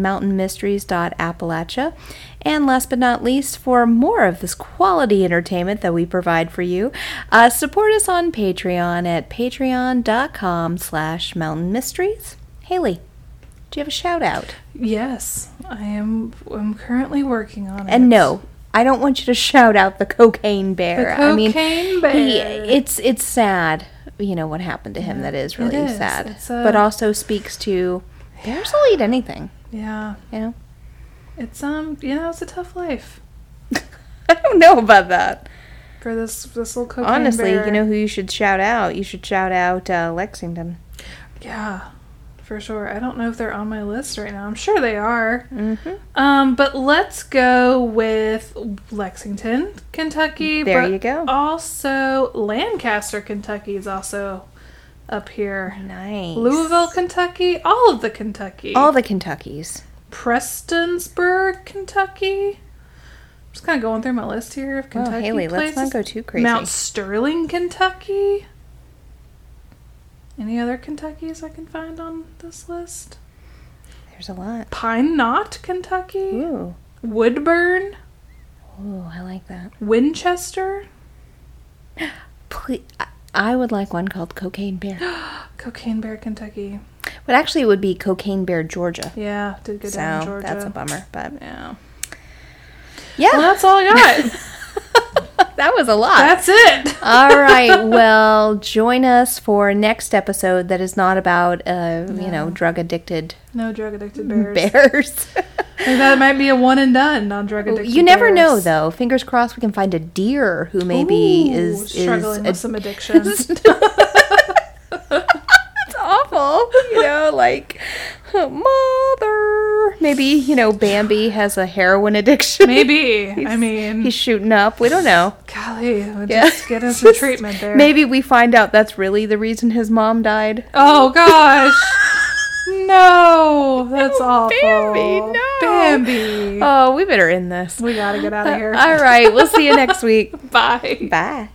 [SPEAKER 3] mountainmysteries.appalachia. And last but not least, for more of this quality entertainment that we provide for you, uh, support us on Patreon at patreon.com slash mountain mysteries. Haley, do you have a shout out?
[SPEAKER 2] Yes, I am. I'm currently working on it.
[SPEAKER 3] And no, I don't want you to shout out the cocaine bear.
[SPEAKER 2] The
[SPEAKER 3] I mean,
[SPEAKER 2] cocaine bear.
[SPEAKER 3] he- it's it's sad, you know, what happened to him. that is
[SPEAKER 2] it
[SPEAKER 3] really
[SPEAKER 2] is.
[SPEAKER 3] sad.
[SPEAKER 2] It's uh, a-
[SPEAKER 3] But also speaks to bears will eat anything,
[SPEAKER 2] Yeah.
[SPEAKER 3] you know?
[SPEAKER 2] It's um, you know, it's a tough life
[SPEAKER 3] I don't know about that.
[SPEAKER 2] for this this little cocaine
[SPEAKER 3] Honestly,
[SPEAKER 2] bear.
[SPEAKER 3] you know who you should shout out? You should shout out uh, Lexington.
[SPEAKER 2] Yeah, for sure. I don't know if they're on my list right now. I'm sure they are. Um, but let's go with Lexington, Kentucky.
[SPEAKER 3] There
[SPEAKER 2] but
[SPEAKER 3] you go.
[SPEAKER 2] Also, Lancaster, Kentucky is also up here.
[SPEAKER 3] Nice.
[SPEAKER 2] Louisville, Kentucky. All of the Kentucky.
[SPEAKER 3] All the Kentuckys. Oh,
[SPEAKER 2] Prestonsburg, Kentucky. I'm just kind of going through my list here of Kentucky
[SPEAKER 3] Oh, Haley, let's
[SPEAKER 2] places.
[SPEAKER 3] not go too crazy.
[SPEAKER 2] Mount Sterling, Kentucky. Any other Kentuckys I can find on this list?
[SPEAKER 3] There's a lot.
[SPEAKER 2] Pine Knot, Kentucky.
[SPEAKER 3] Ooh.
[SPEAKER 2] Woodburn,
[SPEAKER 3] Ooh, I like that.
[SPEAKER 2] Winchester,
[SPEAKER 3] Ple- I- I would like one called Cocaine Bear.
[SPEAKER 2] Cocaine Bear, Kentucky.
[SPEAKER 3] but actually, it would be Cocaine Bear, Georgia.
[SPEAKER 2] Yeah, did good
[SPEAKER 3] so
[SPEAKER 2] down in Georgia.
[SPEAKER 3] that's a bummer. But
[SPEAKER 2] Yeah.
[SPEAKER 3] yeah,
[SPEAKER 2] Well, that's all I got.
[SPEAKER 3] that was a lot.
[SPEAKER 2] that's it.
[SPEAKER 3] All right. Well, join us for next episode that is not about, uh, you know, drug addicted
[SPEAKER 2] No drug addicted bears.
[SPEAKER 3] bears.
[SPEAKER 2] I think that might be a one and done on drug addicted.
[SPEAKER 3] you never
[SPEAKER 2] bears.
[SPEAKER 3] know, though. Fingers crossed, we can find a deer who maybe
[SPEAKER 2] Ooh,
[SPEAKER 3] is
[SPEAKER 2] struggling
[SPEAKER 3] is
[SPEAKER 2] with some addiction.
[SPEAKER 3] it's awful. You know, like mother. Maybe you know Bambi has a heroin addiction.
[SPEAKER 2] Maybe. I mean,
[SPEAKER 3] He's shooting up. We don't know.
[SPEAKER 2] golly, we'll
[SPEAKER 3] Yeah.
[SPEAKER 2] just get him some treatment there.
[SPEAKER 3] Maybe we find out that's really the reason his mom died.
[SPEAKER 2] Oh gosh. No, that's awful.
[SPEAKER 3] Bambi, no.
[SPEAKER 2] Bambi.
[SPEAKER 3] Oh, we better end this.
[SPEAKER 2] we gotta get out of here.
[SPEAKER 3] All right, we'll see you next week.
[SPEAKER 2] Bye.
[SPEAKER 3] Bye.